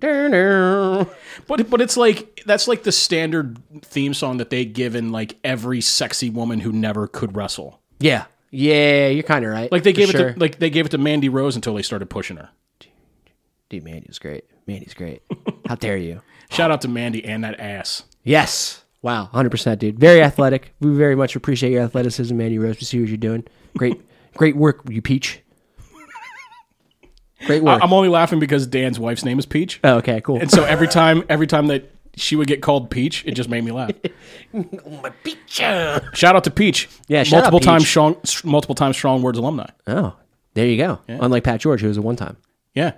S2: That's
S1: But but it's like that's like the standard theme song that they give in like every sexy woman who never could wrestle.
S2: yeah. Yeah, you're kind of right.
S1: Like they
S2: For
S1: gave
S2: sure.
S1: it to, like they gave it to Mandy Rose until they started pushing her.
S2: dude. Mandy's great. Mandy's great. How dare you?
S1: Shout out to Mandy and that ass.
S2: Yes. Wow. 100 percent, dude. Very athletic. we very much appreciate your athleticism, Mandy Rose. We see what you're doing. Great, (laughs) great work, you peach. Great work.
S1: I'm only laughing because Dan's wife's name is Peach,
S2: oh, okay, cool.
S1: and so every time every time that she would get called Peach, it just made me laugh.
S2: my peach.
S1: Shout out to Peach.
S2: Yeah, shout out
S1: multiple
S2: Peach.
S1: times strong, s- multiple times strong words alumni.
S2: Oh, there you go. Unlike Pat George, who was a one-time.
S1: Yeah.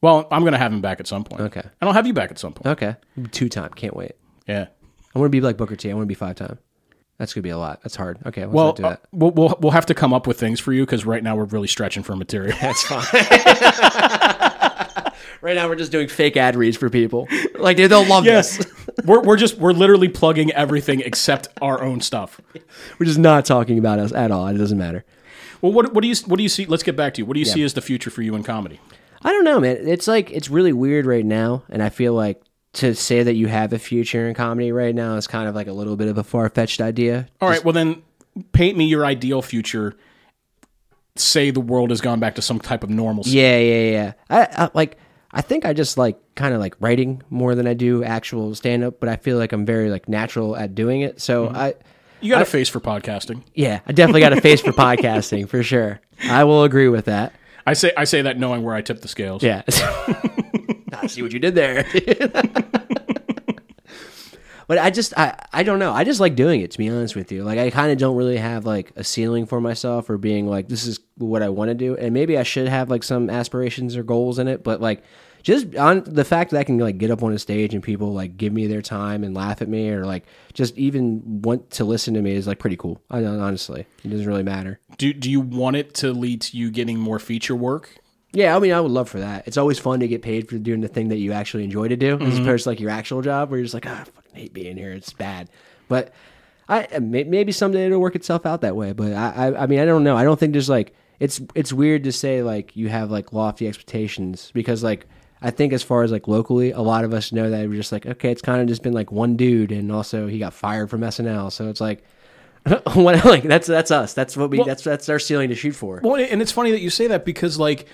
S1: Well, I'm gonna have him back at some point.
S2: Okay.
S1: And I'll have you back at some point.
S2: Okay, two-time. Can't wait.
S1: Yeah.
S2: I want to be like Booker T. I want to be five-time. That's gonna be a lot. That's hard. Okay, let's
S1: Well,
S2: not do
S1: uh,
S2: that.
S1: we'll, we'll we'll have to come up with things for you because right now we're really stretching for material.
S2: Right now, we're just doing fake ad reads for people. Like they don't (laughs)
S1: (laughs)
S2: love
S1: yes. we're we're just we're literally plugging everything except our own stuff.
S2: We're just not talking about us at all. It doesn't matter.
S1: Well, what what do you what do you see? Let's get back to you. What do you see as the future for you in comedy?
S2: I don't know, man. It's like it's really weird right now, and I feel like to say that you have a future in comedy right now is kind of like a little bit of a far fetched idea.
S1: All right. Well, then paint me your ideal future. Say the world has gone back to some type of normalcy.
S2: Yeah, yeah, yeah. I, I like. I think I just like kind of like writing more than I do actual stand up, but I feel like I'm very like natural at doing it. So I,
S1: You got a face for podcasting.
S2: yeah, I definitely got a face for (laughs) podcasting for sure. I will agree with that.
S1: I say I say that knowing where I tip the scales.
S2: Yeah. I see what you did there. (laughs) but I just I, I don't know. I just like doing it to be honest with you. Like I kind of don't really have like a ceiling for myself or being like this is what I want to do and maybe I should have like some aspirations or goals in it, but like just on the fact that I can like get up on a stage and people like give me their time and laugh at me or like just even want to listen to me is like pretty cool. I don't, honestly, it doesn't really matter.
S1: Do do you want it to lead to you getting more feature work?
S2: Yeah, I mean, I would love for that. It's always fun to get paid for doing the thing that you actually enjoy to do, as opposed to like your actual job where you're just like, ah, I fucking hate being here. It's bad. But I may- maybe someday it'll work itself out that way. But I, I, I mean, I don't know. I don't think there's like it's it's weird to say like you have like lofty expectations because like I think as far as like locally, a lot of us know that we're just like okay, it's kind of just been like one dude, and also he got fired from SNL, so it's like. (laughs) what, like that's that's us. That's what we. that's that's our ceiling to shoot for.
S1: Well, and it's funny that you say that because like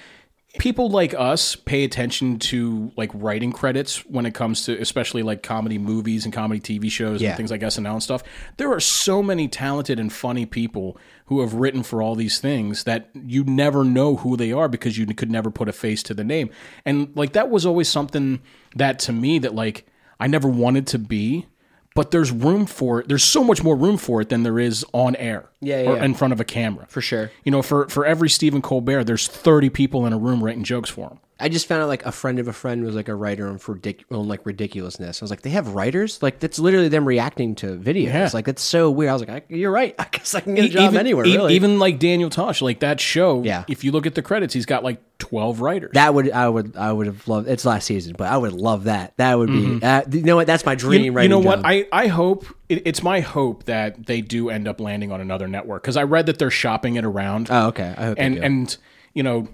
S1: people like us pay attention to like writing credits when it comes to especially like comedy movies and comedy TV shows
S2: Yeah.
S1: and things like SNL and stuff. There are so many talented and funny people who have written for all these things that you never know who they are because you could never put a face to the name. And like that was always something that to me that like I never wanted to be, but there's room for it. There's so much more room for it than there is on air
S2: Yeah, yeah,
S1: or
S2: yeah.
S1: in front of a camera.
S2: For sure.
S1: You know, for for every Stephen Colbert, there's 30 people in a room writing jokes for him.
S2: I just found out like a friend of a friend was like a writer on for dic- on like ridiculousness. I was like, they have writers? Like that's literally them reacting to videos. Like that's so weird. I was like, I, you're right. (laughs) I guess I can get a job anywhere.
S1: e-
S2: really,
S1: even like Daniel Tosh, like that show.
S2: Yeah.
S1: If you look at the credits, he's got like 12 writers.
S2: that would I would I would have loved. It's last season, but I would love that. That would be. Uh, you know what? That's my dream.
S1: Mm-hmm. you, you
S2: writing
S1: know what?
S2: job.
S1: I, I hope it, it's my hope that they do end up landing on another network because I read that they're shopping it around.
S2: oh, okay. I hope
S1: and
S2: you do.
S1: and you know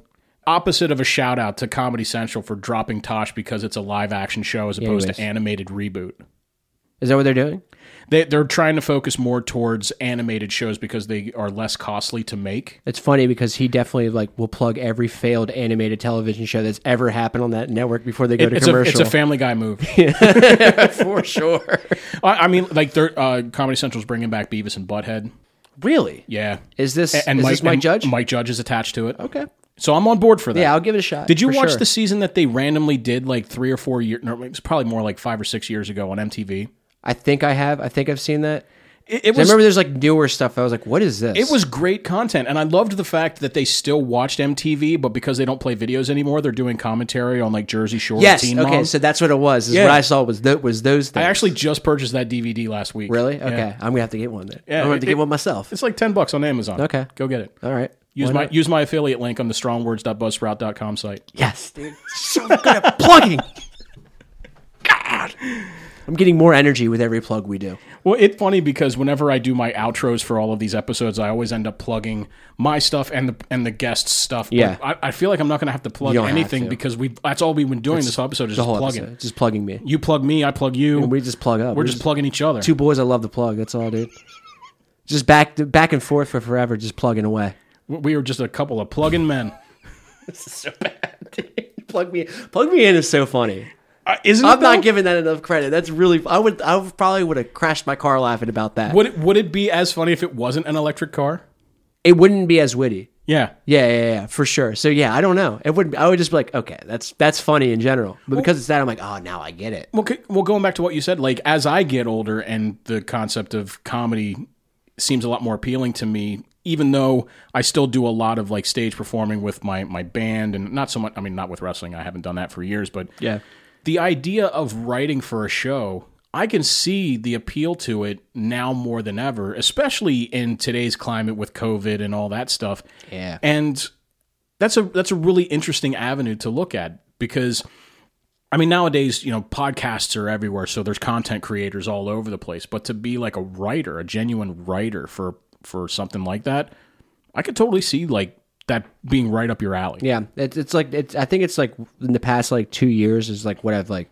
S1: opposite of a shout out to comedy central for dropping tosh because it's a live action show as opposed
S2: anyways.
S1: to animated reboot
S2: Is that what they're doing?
S1: they, they're trying to focus more towards animated shows because they are less costly to make
S2: It's funny because he definitely like will plug every failed animated television show that's ever happened on that network before they go to
S1: it's a, it's
S2: commercial.
S1: a family guy move
S2: for sure.
S1: I, I mean like they're uh, comedy central's bringing back beavis and butthead
S2: (laughs) really?
S1: yeah
S2: Is this
S1: and
S2: is
S1: mike,
S2: this Mike
S1: and
S2: Judge?
S1: mike judge is attached to it
S2: okay.
S1: so i'm on board for that
S2: Yeah, I'll give it a shot.
S1: did you
S2: for
S1: watch
S2: sure.
S1: the season that they randomly did like three or four years? No, it was probably more like five or six years ago on MTV.
S2: I think I have. I think I've seen that.
S1: It, it
S2: I
S1: was
S2: remember there's like newer stuff. I was like, what is this?
S1: It was great content, and I loved the fact that they still watched MTV, but because they don't play videos anymore, they're doing commentary on like Jersey Shore.
S2: yes.
S1: Teen
S2: Okay,
S1: Mom.
S2: so that's what it was. Is
S1: Yeah.
S2: What I saw was that was those things.
S1: I actually just purchased that DVD last week.
S2: really
S1: Yeah.
S2: okay. I'm gonna have to get one then. I'm gonna have to
S1: it-
S2: get one myself.
S1: It's like ten bucks on Amazon.
S2: Okay.
S1: go get it.
S2: All right.
S1: Use
S2: Why
S1: my
S2: not?
S1: use my affiliate link (laughs) on the strongwords.buzzsprout.com site. (laughs)
S2: yes, dude. So good at plugging. God. I'm getting more energy with every plug we do.
S1: Well, it's funny because whenever I do my outros for all of these episodes, I always end up plugging my stuff and the and the guests' stuff. But
S2: Yeah.
S1: I, I feel like I'm not going to have to plug
S2: You don't have
S1: anything
S2: to.
S1: because we that's all we've been doing this whole episode is
S2: The
S1: just
S2: whole
S1: plugging.
S2: episode. Just plugging me.
S1: You plug me, I plug you.
S2: We just plug up.
S1: we're just, plugging each other.
S2: two boys I love to plug. That's all, dude. Just back back and forth for forever, just plugging away.
S1: we are just a couple of plugging
S2: (laughs)
S1: men.
S2: This is so bad. dude. plug me plug me in is so funny.
S1: Uh, isn't it
S2: I'm
S1: though?
S2: not giving that enough credit. That's really I would I would- probably would have crashed my car laughing about that.
S1: Would it, would it be as funny if it wasn't an electric car?
S2: It wouldn't be as witty.
S1: Yeah.
S2: Yeah, yeah, yeah, for sure. So yeah, I don't know. It would I would just be like, okay, that's that's funny in general. But because it's that, I'm like, oh, now I get it.
S1: Well, c- well, going back to what you said, like as I get older and the concept of comedy seems a lot more appealing to me, even though I still do a lot of like stage performing with my my band and not so much. I mean, not with wrestling. I haven't done that for years, but
S2: Yeah.
S1: the idea of writing for a show. I can see the appeal to it now more than ever, especially in today's climate with COVID and all that stuff.
S2: Yeah.
S1: And that's a that's a really interesting avenue to look at because I mean nowadays, you know, podcasts are everywhere, so there's content creators all over the place, but to be like a writer, a genuine writer for for something like that, I could totally see like that being right up your alley.
S2: Yeah, it's it's like it's. I think it's like in the past like two years is like what I've like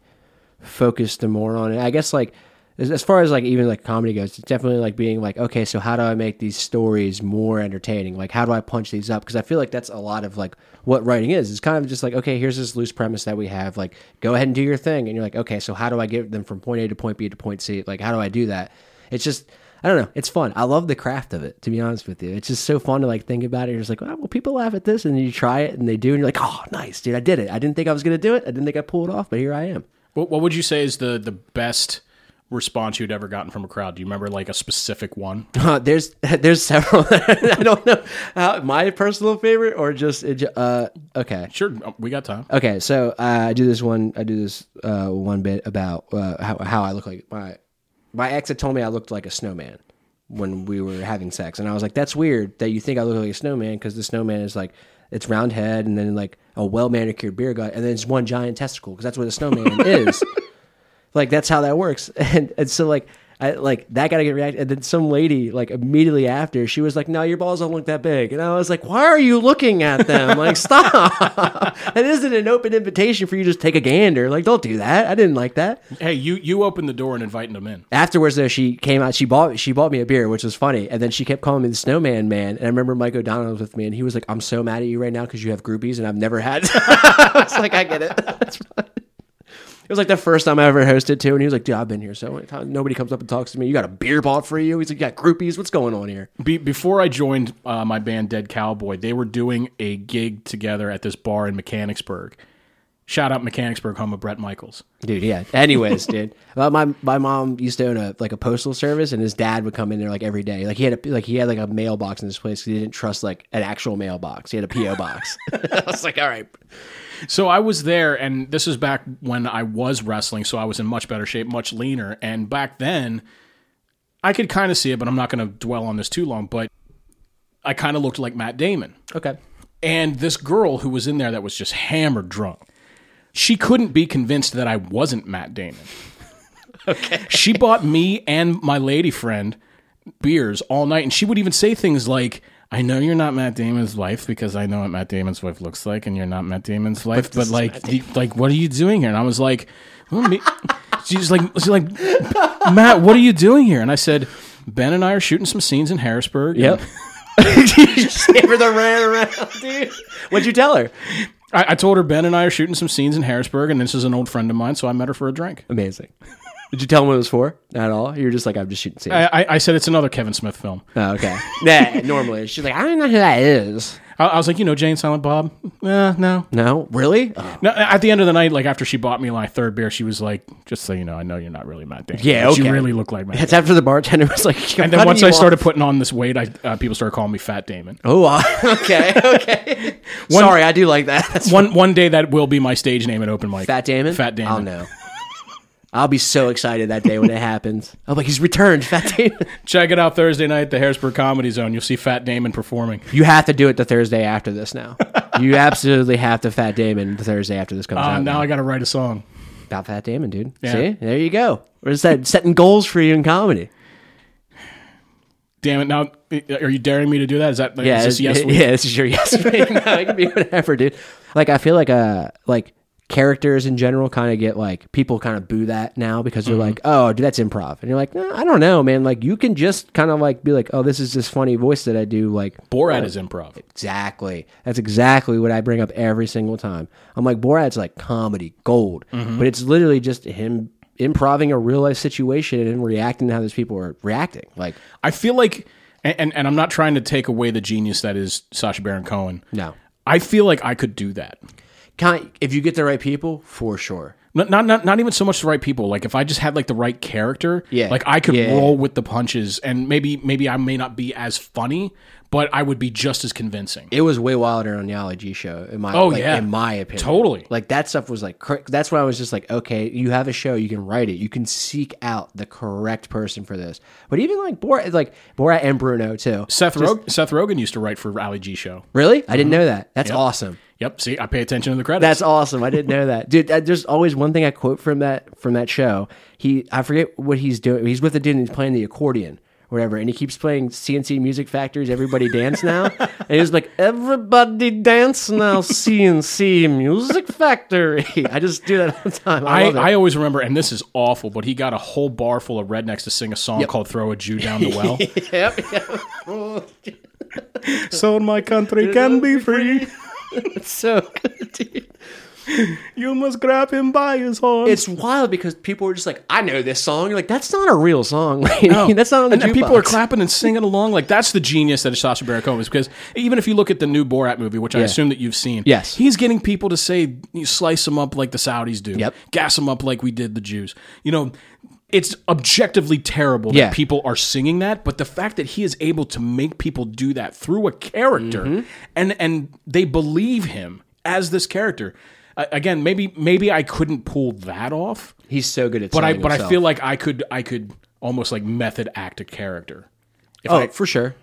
S2: focused the more on. And I guess like as, as far as like even like comedy goes, it's definitely like being like, okay, so how do I make these stories more entertaining? Like, how do I punch these up? Because I feel like that's a lot of like what writing is. It's kind of just like, okay, here's this loose premise that we have. Like, go ahead and do your thing, and you're like, okay, so how do I get them from point A to point B to point C? Like, how do I do that? It's just I don't know. It's fun. I love the craft of it, to be honest with you. It's just so fun to like think about it. You're just like, oh, well, people laugh at this, and then you try it, and they do, and you're like, oh, nice, dude, I did it. I didn't think I was gonna do it. I didn't think I pulled it off, but here I am.
S1: What what would you say is the the best response you'd ever gotten from a crowd? Do you remember like a specific one? (laughs)
S2: Uh, there's (laughs) there's several. I don't know how, my personal favorite or just it ju- uh okay.
S1: Sure, uh, we got time.
S2: Okay, so uh, I do this one. I do this uh, one bit about uh, how how I look like my my ex had told me I looked like a snowman when we were having sex, and I was like, "That's weird that you think I look like a snowman because the snowman is like it's round head and then like a well manicured beer gut, and then it's one giant testicle because that's what a snowman is." like that's how that works (laughs) and and so like I, like that got to get react and then some lady like immediately after she was like no your balls don't look that big and i was like why are you looking at them like stop (laughs) that isn't an open invitation for you to just take a gander like don't do that i didn't like that
S1: Hey, you you opened the door and inviting them in.
S2: afterwards though she came out she bought she bought me a beer which was funny and then she kept calling me the snowman man and i remember mike o'donnell was with me and he was like i'm so mad at you right now because you have groupies and i've never had (laughs) it's like i get it (laughs) That's fine. it was like the first time i ever hosted too and he was like dude i've been here so many times nobody comes up and talks to me you got a beer bought for you he's like you got groupies what's going on here
S1: Be- before I joined uh, my band Dead Cowboy, they were doing a gig together at this bar in Mechanicsburg. Shout out Mechanicsburg, home of Brett Michaels.
S2: Dude, yeah. Anyways, dude, well, my my mom used to own a like a postal service, and his dad would come in there like every day. Like he had a like he had like a mailbox in this place 'cause he didn't trust like an actual mailbox. He had a PO box. I was like, all right,
S1: So I was there, and this is back when I was wrestling, so I was in much better shape, much leaner. And back then, I could kind of see it, but I'm not going to dwell on this too long. But I kind of looked like Matt Damon.
S2: okay.
S1: And this girl who was in there that was just hammered drunk, she couldn't be convinced that I wasn't Matt Damon. (laughs) okay. She bought me and my lady friend beers all night, and she would even say things like, I know you're not Matt Damon's wife because I know what Matt Damon's wife looks like, and you're not Matt Damon's wife. But, like, the, like, what are you doing here? And I was like, well, me- (laughs) she's like, she's like, Matt, what are you doing here? And I said, Ben and I are shooting some scenes in Harrisburg. and-
S2: Yep. (laughs) Hammer the ran around, dude. What'd you tell her?
S1: I, I told her Ben and I are shooting some scenes in Harrisburg, and this is an old friend of mine, so I met her for a drink.
S2: Amazing. Did you tell him what it was for? Not at all. You're just like, I'm just shooting scenes.
S1: I, I, I said it's another Kevin Smith film.
S2: oh, (laughs) okay. Nah, normally she's like, I don't know who that is.
S1: I, I was like, you know, Jane Silent Bob. Eh, no,
S2: No, really? Oh.
S1: no. At the end of the night, like after she bought me my third beer, she was like, just so you know, I know you're not really Matt Damon.
S2: Yeah,
S1: but You
S2: okay.
S1: really look like
S2: (laughs)
S1: Matt. Damon.
S2: It's after the bartender was like,
S1: And then once I started putting on this weight, I, uh, people started calling me Fat Damon.
S2: Oh, uh, (laughs) okay, okay. Sorry, I do like that. That's
S1: One one day that will be my stage name at open mic.
S2: (laughs) Fat Damon.
S1: Fat Damon.
S2: I'll know. I'll be so excited that day when it happens. I'm like, he's returned, Fat Damon.
S1: Check it out Thursday night at the Harrisburg Comedy Zone. You'll see Fat Damon performing.
S2: (laughs) You have to do it the Thursday after (laughs) this now. You absolutely have to Fat Damon the Thursday after this comes
S1: Uh,
S2: out.
S1: now I got to write a song.
S2: About Fat Damon, dude.
S1: Yeah.
S2: See, there you go. Where's that setting goals for you in comedy?
S1: Damn it! Now, are you daring me to do that? Is that like,
S2: Yeah,
S1: is this yes?
S2: it-
S1: week?
S2: (laughs) yeah, this is your yes.
S1: (laughs)
S2: week. no, it can be whatever, dude. Like I feel like uh like characters in general kind of get like people kind of boo that now because
S1: Mm-hmm.
S2: they're like, oh, dude, that's improv, and you're like, nah, I don't know, man. Like you can just kind of like be like, oh, this is this funny voice that I do, like.
S1: Borat is improv.
S2: Exactly. That's exactly what I bring up every single time. I'm like, Borat's like comedy gold,
S1: Mm-hmm.
S2: but it's literally just him improving a real life situation and then reacting to how those people are reacting. Like,
S1: I feel like, and, and and I'm not trying to take away the genius that is Sacha Baron Cohen.
S2: no.
S1: I feel like I could do that.
S2: Kind if you get the right people, for sure.
S1: Not, not not not even so much the right people. Like if I just had like the right character,
S2: Yeah.
S1: Like I could
S2: Yeah.
S1: roll with the punches, and maybe maybe I may not be as funny, but I would be just as convincing.
S2: It was way wilder on the Ali G show, in my
S1: Oh,
S2: like,
S1: yeah.
S2: in my opinion,
S1: Totally.
S2: Like that stuff was like cor- that's when I was just like, okay, you have a show, you can write it, you can seek out the correct person for this. But even like Borat, like Borat and Bruno too.
S1: Seth Rog- Seth Rogen used to write for Ali G Show.
S2: Really, I didn't know that. That's awesome.
S1: Yep. See, I pay attention to the credits.
S2: That's awesome. I didn't know that, dude. uh, There's always one thing I quote from that from that show. He, I forget what he's doing. He's with a dude and he's playing the accordion, or whatever, and he keeps playing CNC Music Factory's "Everybody
S1: (laughs)
S2: Dance Now," and he's like, "Everybody dance now, CNC Music Factory." I just do that all the time. I,
S1: I,
S2: love it.
S1: I always remember, and this is awful, but he got a whole bar full of rednecks to sing a song called "Throw a Jew Down the Well."
S2: Yep. (laughs)
S1: so my country can be
S2: (laughs)
S1: free, (laughs)
S2: It's so good, dude.
S1: you must grab him by his horns.
S2: It's wild because people are just like, "I know this song." You're like, "That's not a real song. (laughs) that's not on the
S1: and then people are
S2: jukebox."
S1: clapping and singing along. Like that's the genius that is Sacha Baron Cohen. Is because even if you look at the new Borat movie, which I assume that you've seen,
S2: Yes.
S1: he's getting people to say you slice them up like the Saudis do,
S2: Yep.
S1: gas them up like we did the Jews. You know, it's objectively terrible
S2: Yeah.
S1: that people are singing that, but the fact that he is able to make people do that through a character
S2: Mm-hmm.
S1: and and they believe him as this character. Uh, again, maybe maybe I couldn't pull that off
S2: He's so good at.
S1: but I
S2: selling
S1: but I
S2: himself.
S1: feel like I could I could almost like method act a character. If
S2: Oh,
S1: I,
S2: for sure,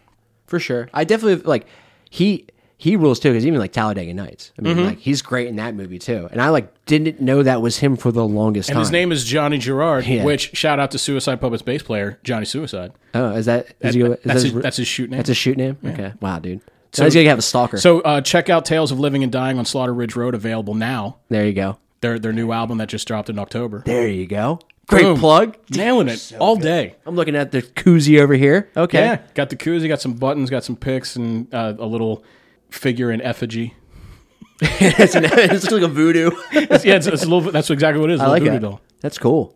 S2: for sure. I definitely like he he rules too because even like Talladega Nights. I mean,
S1: Mm-hmm.
S2: like he's great in that movie too. And I like didn't know that was him for the longest
S1: and
S2: time.
S1: his name is Johnny Gerard,
S2: Yeah.
S1: which shout out to Suicide Puppets bass player Johnny Suicide.
S2: oh, is that is he, is that
S1: That's
S2: his,
S1: his, that's his shoot name.
S2: that's his shoot name? Okay, wow, dude. So he's gonna have a stalker.
S1: so uh, check out Tales of Living and Dying on Slaughter Ridge Road available now.
S2: there you go.
S1: Their their new album that just dropped in October.
S2: There you go. Great
S1: Boom.
S2: plug.
S1: Nailing it all day.
S2: I'm looking at the koozie over here. Okay.
S1: Yeah, got the koozie, got some buttons, got some picks, and uh, a little figure in effigy.
S2: it's, (laughs) an- it's like a voodoo.
S1: (laughs) It's- yeah, it's, it's a little. That's exactly what it is.
S2: I
S1: a
S2: like
S1: little voodoo
S2: that.
S1: doll.
S2: That's cool.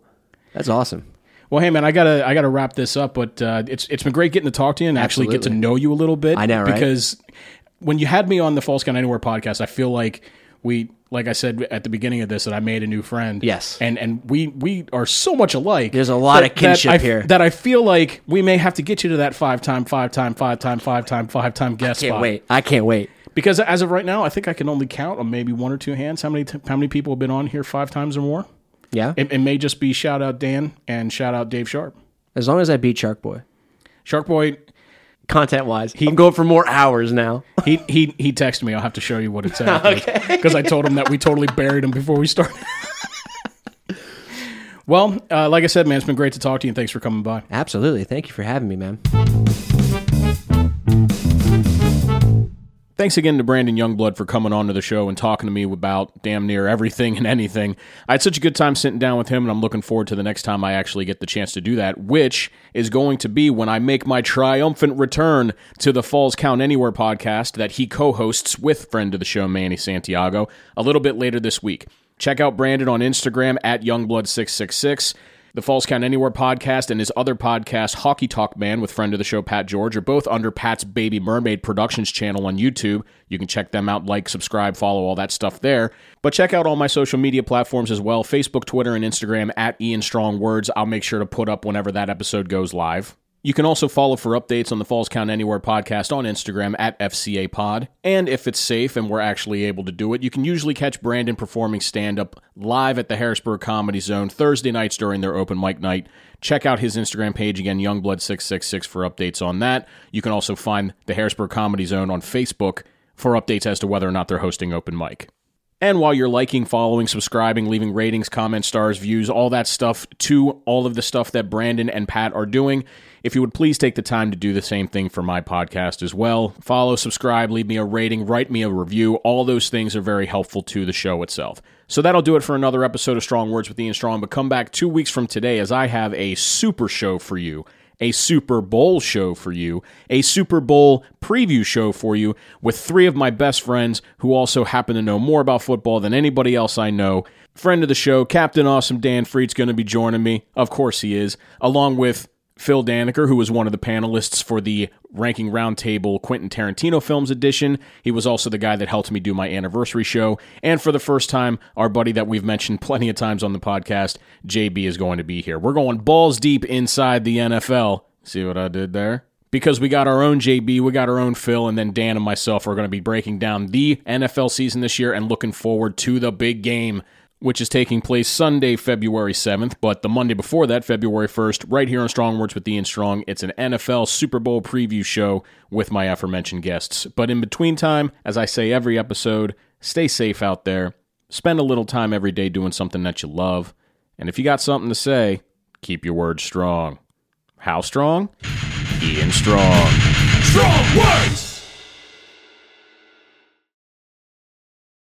S2: That's awesome.
S1: Well, hey man, I gotta I gotta wrap this up, but uh, it's it's been great getting to talk to you and actually get to know you a little bit.
S2: I know, right?
S1: Because when you had me on the False Count Anywhere podcast, I feel like we, like I said at the beginning of this, that I made a new friend.
S2: Yes.
S1: and and we we are so much alike.
S2: There's a lot
S1: that-
S2: of kinship
S1: that I,
S2: here.
S1: That I feel like we may have to get you to that five time, five time, five time, five time, five time guest
S2: Can't
S1: spot.
S2: wait. I can't wait.
S1: Because as of right now, I think I can only count on maybe one or two hands how many t- how many people have been on here five times or more.
S2: Yeah.
S1: It, it may just be shout out Dan and shout out Dave Sharp.
S2: as long as I beat Shark Boy.
S1: Shark Boy,
S2: content wise. I'm going for more hours now.
S1: he he he texted me. I'll have to show you what it said because I told him that we totally buried him before we started. (laughs) well, uh, like I said, man, it's been great to talk to you, and thanks for coming by.
S2: Absolutely. Thank you for having me, man.
S1: Thanks again to Brandon Youngblood for coming on to the show and talking to me about damn near everything and anything. I had such a good time sitting down with him, and I'm looking forward to the next time I actually get the chance to do that, which is going to be when I make my triumphant return to the Falls Count Anywhere podcast that he co hosts with friend of the show, Manny Santiago, a little bit later this week. Check out Brandon on Instagram at Youngblood666. The Falls Count Anywhere podcast and his other podcast, Hockey Talk Man, with friend of the show Pat George, are both under Pat's Baby Mermaid Productions channel on YouTube. You can check them out, like, subscribe, follow, all that stuff there. But check out all my social media platforms as well Facebook, Twitter, and Instagram at Ian Strong Words. I'll make sure to put up whenever that episode goes live. You can also follow for updates on the Falls Count Anywhere podcast on Instagram at FCA Pod. And if it's safe and we're actually able to do it, you can usually catch Brandon performing stand up live at the Harrisburg Comedy Zone Thursday nights during their open mic night. Check out his Instagram page again, Youngblood666, for updates on that. You can also find the Harrisburg Comedy Zone on Facebook for updates as to whether or not they're hosting open mic. And while you're liking, following, subscribing, leaving ratings, comments, stars, views, all that stuff to all of the stuff that Brandon and Pat are doing, if you would please take the time to do the same thing for my podcast as well. Follow, subscribe, leave me a rating, write me a review. All those things are very helpful to the show itself. So that'll do it for another episode of Strong Words with Ian Strong. But come back two weeks from today as I have a super show for you a Super Bowl show for you, a Super Bowl preview show for you with three of my best friends who also happen to know more about football than anybody else I know. Friend of the show, Captain Awesome Dan Freed's going to be joining me. Of course he is, along with Phil Daniker, who was one of the panelists for the Ranking Roundtable Quentin Tarantino Films edition. He was also the guy that helped me do my anniversary show. And for the first time, our buddy that we've mentioned plenty of times on the podcast, JB, is going to be here. We're going balls deep inside the NFL. See what I did there? Because we got our own JB, we got our own Phil, and then Dan and myself are going to be breaking down the NFL season this year and looking forward to the big game which is taking place Sunday, February 7th, but the Monday before that, February 1st, right here on Strong Words with Ian Strong. It's an NFL Super Bowl preview show with my aforementioned guests. But in between time, as I say every episode, stay safe out there. Spend a little time every day doing something that you love. And if you got something to say, keep your words strong. How strong? Ian Strong.
S3: Strong words!